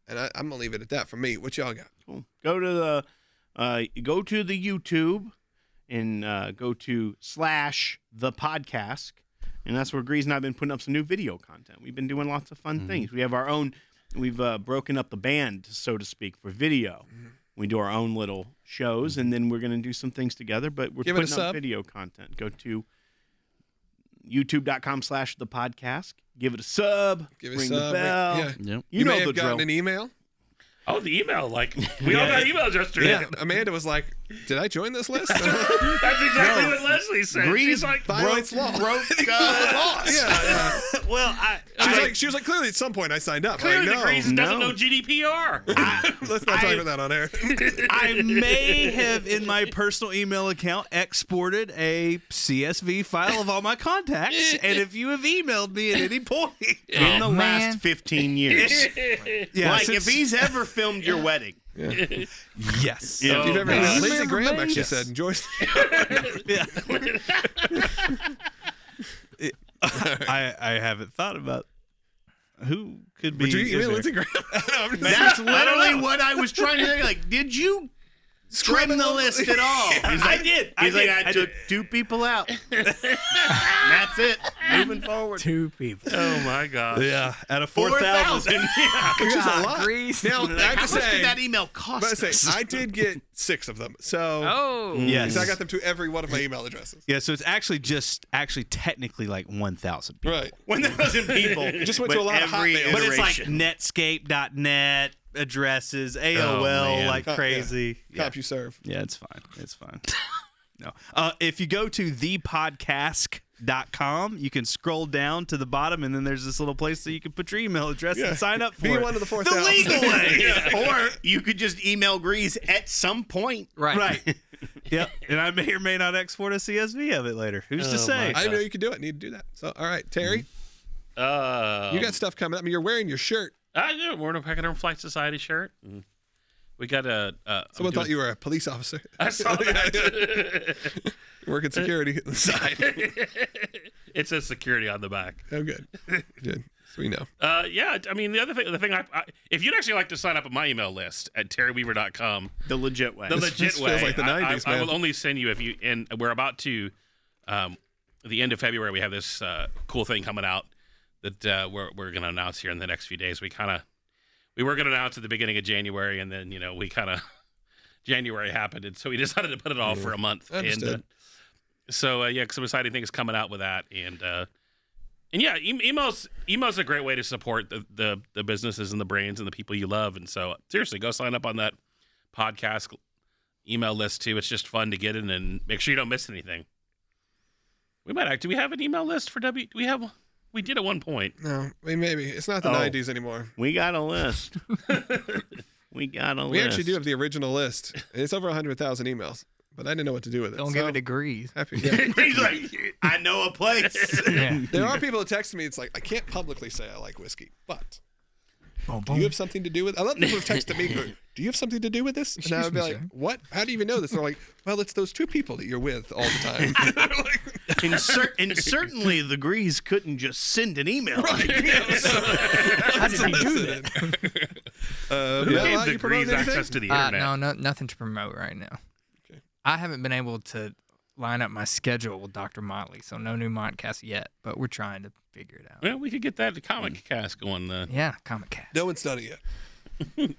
Speaker 3: and I, I'm gonna leave it at that for me. What y'all got?
Speaker 7: Cool. Go to the uh, go to the YouTube and uh, go to slash the podcast, and that's where Grease and I've been putting up some new video content. We've been doing lots of fun
Speaker 3: Mm-hmm.
Speaker 7: things. We have our own. We've uh, broken up the band, so to speak, for video. We do our own little shows, and then we're going to do some things together. But we're
Speaker 3: Give it a
Speaker 7: putting up
Speaker 3: sub.
Speaker 7: video content. Go to youtube.com slash the podcast. Give it a sub.
Speaker 3: Give us
Speaker 7: ring
Speaker 3: a
Speaker 7: the bell.
Speaker 3: Yeah.
Speaker 4: Yep.
Speaker 7: You,
Speaker 3: You,
Speaker 7: know
Speaker 3: may
Speaker 7: the
Speaker 3: have gotten
Speaker 7: drill.
Speaker 3: an email.
Speaker 5: oh, the email. Like we all got emails yesterday.
Speaker 3: Yeah, Amanda was like, "Did I join this list?"
Speaker 5: That's exactly what Leslie said.
Speaker 7: Grease
Speaker 5: She's like,
Speaker 3: Violates law.
Speaker 7: broke
Speaker 3: yeah,
Speaker 7: well, I,
Speaker 3: yeah. She was like, she was like, clearly at some point I signed up.
Speaker 5: clearly
Speaker 3: like,
Speaker 5: the
Speaker 3: no,
Speaker 5: Grease doesn't
Speaker 7: No.
Speaker 5: know GDPR.
Speaker 3: let's not talk about that on air.
Speaker 4: I may have in my personal email account exported a CSV file of all my contacts, and if you have emailed me at any point in the
Speaker 6: man.
Speaker 7: 15 years.
Speaker 4: yeah,
Speaker 7: like, if
Speaker 4: since-
Speaker 7: he's ever filmed your wedding,
Speaker 4: yes,
Speaker 7: Yeah.
Speaker 3: If you've ever,
Speaker 4: man.
Speaker 3: Lindsey Graham actually
Speaker 4: Yes.
Speaker 3: said, "Enjoy."
Speaker 4: I, I haven't thought about who could be.
Speaker 3: Would you
Speaker 4: in
Speaker 3: email
Speaker 4: there.
Speaker 3: Lindsey Graham? no, I'm just-
Speaker 7: that's literally what I was trying to think. Like, did you trim the list at all? He's like,
Speaker 4: I did.
Speaker 7: He's
Speaker 4: I
Speaker 7: like,
Speaker 4: did.
Speaker 7: I, took two people out. that's it. Moving forward.
Speaker 6: two people.
Speaker 5: oh my gosh.
Speaker 4: Yeah, out of four thousand.
Speaker 3: which is a lot.
Speaker 6: Grease.
Speaker 3: Now I have
Speaker 7: How
Speaker 3: to
Speaker 7: much did
Speaker 3: say,
Speaker 7: that
Speaker 3: I
Speaker 7: email cost
Speaker 3: have to
Speaker 7: us?
Speaker 3: say, I did get six of them. So,
Speaker 6: Oh,
Speaker 4: Yes.
Speaker 3: so I got them to every one of my email addresses.
Speaker 4: Yeah, so it's actually just actually technically like one thousand people.
Speaker 3: Right.
Speaker 7: 1,000 people.
Speaker 3: Just went to
Speaker 7: With
Speaker 3: a lot of
Speaker 7: every
Speaker 3: Hotmail.
Speaker 4: But it's like
Speaker 7: iteration.
Speaker 4: Netscape.net addresses, AOL,
Speaker 5: man.
Speaker 4: like
Speaker 3: Uh, yeah.
Speaker 4: crazy.
Speaker 3: Cop you serve.
Speaker 4: Yeah, it's fine. It's fine. no. Uh, if you go to thepodcast.com, you can scroll down to the bottom, and then there's this little place that you can put your email address
Speaker 3: Yeah.
Speaker 4: and sign up for
Speaker 3: Be
Speaker 4: it.
Speaker 3: one of the four
Speaker 4: The
Speaker 3: thousand.
Speaker 4: legal way.
Speaker 7: or you could just email Grease at some point.
Speaker 6: right.
Speaker 4: Right. yep. And I may or may not export a CSV of it later.
Speaker 3: Oh
Speaker 4: Who's to say?
Speaker 3: I know you can do it. Need to do that. So, all right, Terry,
Speaker 5: Uh,
Speaker 3: you got stuff coming up. I mean, you're wearing your shirt.
Speaker 5: I do. We're in a Pachyderm Flight Society shirt. We got a. Uh,
Speaker 3: Someone thought you were a police officer.
Speaker 5: I saw that.
Speaker 3: Working security inside.
Speaker 5: it says security on the back.
Speaker 3: Oh, good. Good. So we know.
Speaker 5: Uh, yeah, I mean the other thing, the thing I, I if you'd actually like to sign up at my email list at terryweaver.com,
Speaker 7: The legit way.
Speaker 5: the legit
Speaker 3: feels
Speaker 5: way,
Speaker 3: like the
Speaker 5: I- I-
Speaker 3: 90s,
Speaker 5: I,
Speaker 3: man.
Speaker 5: will only send you if you. And we're about to, um, the end of February, we have this uh, cool thing coming out that uh, we're we're gonna announce here in the next few days. We kind of we were gonna announce at the beginning of January, and then you know we kind of January happened, and so we decided to put it off for a month. And,
Speaker 3: Understood.
Speaker 5: uh, so uh, yeah, some exciting things coming out with that, and. uh and yeah, em- emails emails a great way to support the, the the businesses and the brands and the people you love. And so seriously, go sign up on that podcast email list too. It's just fun to get in and make sure you don't miss anything. We might act. Do we have an email list for W? Do we have? We did at one point.
Speaker 3: No, I mean, maybe it's not the
Speaker 7: Oh.
Speaker 3: 90s anymore.
Speaker 7: We got a list. we got a
Speaker 3: We
Speaker 7: list.
Speaker 3: actually do have the original list. It's over 100,000 emails. but I didn't know what to do with it.
Speaker 6: Don't
Speaker 3: so
Speaker 6: give it degrees.
Speaker 3: happy.
Speaker 7: He's like, I know a place.
Speaker 6: Yeah.
Speaker 3: There are people that text me. It's like I can't publicly say I like whiskey, but
Speaker 6: boom,
Speaker 3: do you
Speaker 6: boom.
Speaker 3: have something to do with? I love people who've texted me. go, Do you have something to do with this? And
Speaker 6: Excuse
Speaker 3: I'd be
Speaker 6: me,
Speaker 3: like,
Speaker 6: sir.
Speaker 3: What? How do you even know this? They're like, Well, it's those two people that you're with all the time. Like,
Speaker 7: and, cer- and certainly the Grease couldn't just send an email.
Speaker 3: How did
Speaker 6: I do
Speaker 3: Uh,
Speaker 5: Who
Speaker 3: Mel,
Speaker 5: gave
Speaker 3: how Um, you promote
Speaker 5: degrees
Speaker 3: anything?
Speaker 5: access to the
Speaker 6: Uh,
Speaker 5: internet?
Speaker 6: no, no, nothing to promote right now. I haven't been able to line up my schedule with Dr. Motley, so no new Montcast yet, but we're trying to figure it out.
Speaker 5: Well, we could get that comic cast going. Uh,
Speaker 6: Yeah, Comic Cast.
Speaker 3: No one's done it yet.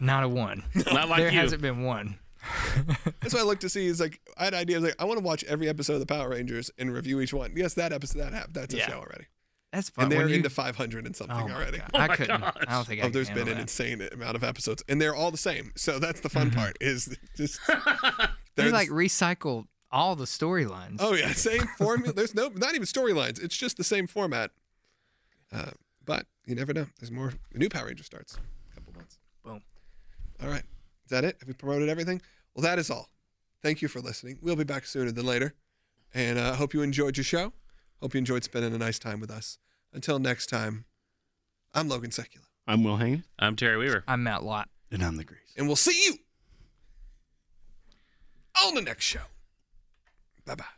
Speaker 6: Not a one.
Speaker 5: not like
Speaker 6: there
Speaker 5: you.
Speaker 6: hasn't been one.
Speaker 3: That's what I looked to see. Is like I had ideas. Like I want to watch every episode of the Power Rangers and review each one. Yes, that episode that happened. That's a
Speaker 6: Yeah.
Speaker 3: show already.
Speaker 6: That's fun.
Speaker 3: And
Speaker 6: when
Speaker 3: they're
Speaker 6: you-
Speaker 3: into 500 and something
Speaker 6: oh my
Speaker 3: already.
Speaker 6: God. I couldn't. I don't think I
Speaker 3: Oh,
Speaker 6: could
Speaker 3: there's
Speaker 6: handle
Speaker 3: been an
Speaker 6: that.
Speaker 3: insane amount of episodes, and they're all the same. So that's the
Speaker 6: Mm-hmm.
Speaker 3: fun part. Is just
Speaker 6: They
Speaker 3: there's-
Speaker 6: like recycle all the storylines.
Speaker 3: oh yeah, same formula. There's no not even storylines. It's just the same format. Uh, but you never know. There's more. The new Power Ranger starts in a couple months.
Speaker 6: Boom.
Speaker 3: All right, is that it? Have we promoted everything? Well, that is all. Thank you for listening. We'll be back sooner than later, and uh, hope you enjoyed your show. Hope you enjoyed spending a nice time with us. Until next time, I'm Logan Secula,
Speaker 7: I'm Will Haynes.
Speaker 5: I'm Terry Weaver.
Speaker 6: I'm Matt Lott.
Speaker 4: And I'm the Grease.
Speaker 3: and we'll see you on the next show. Bye bye.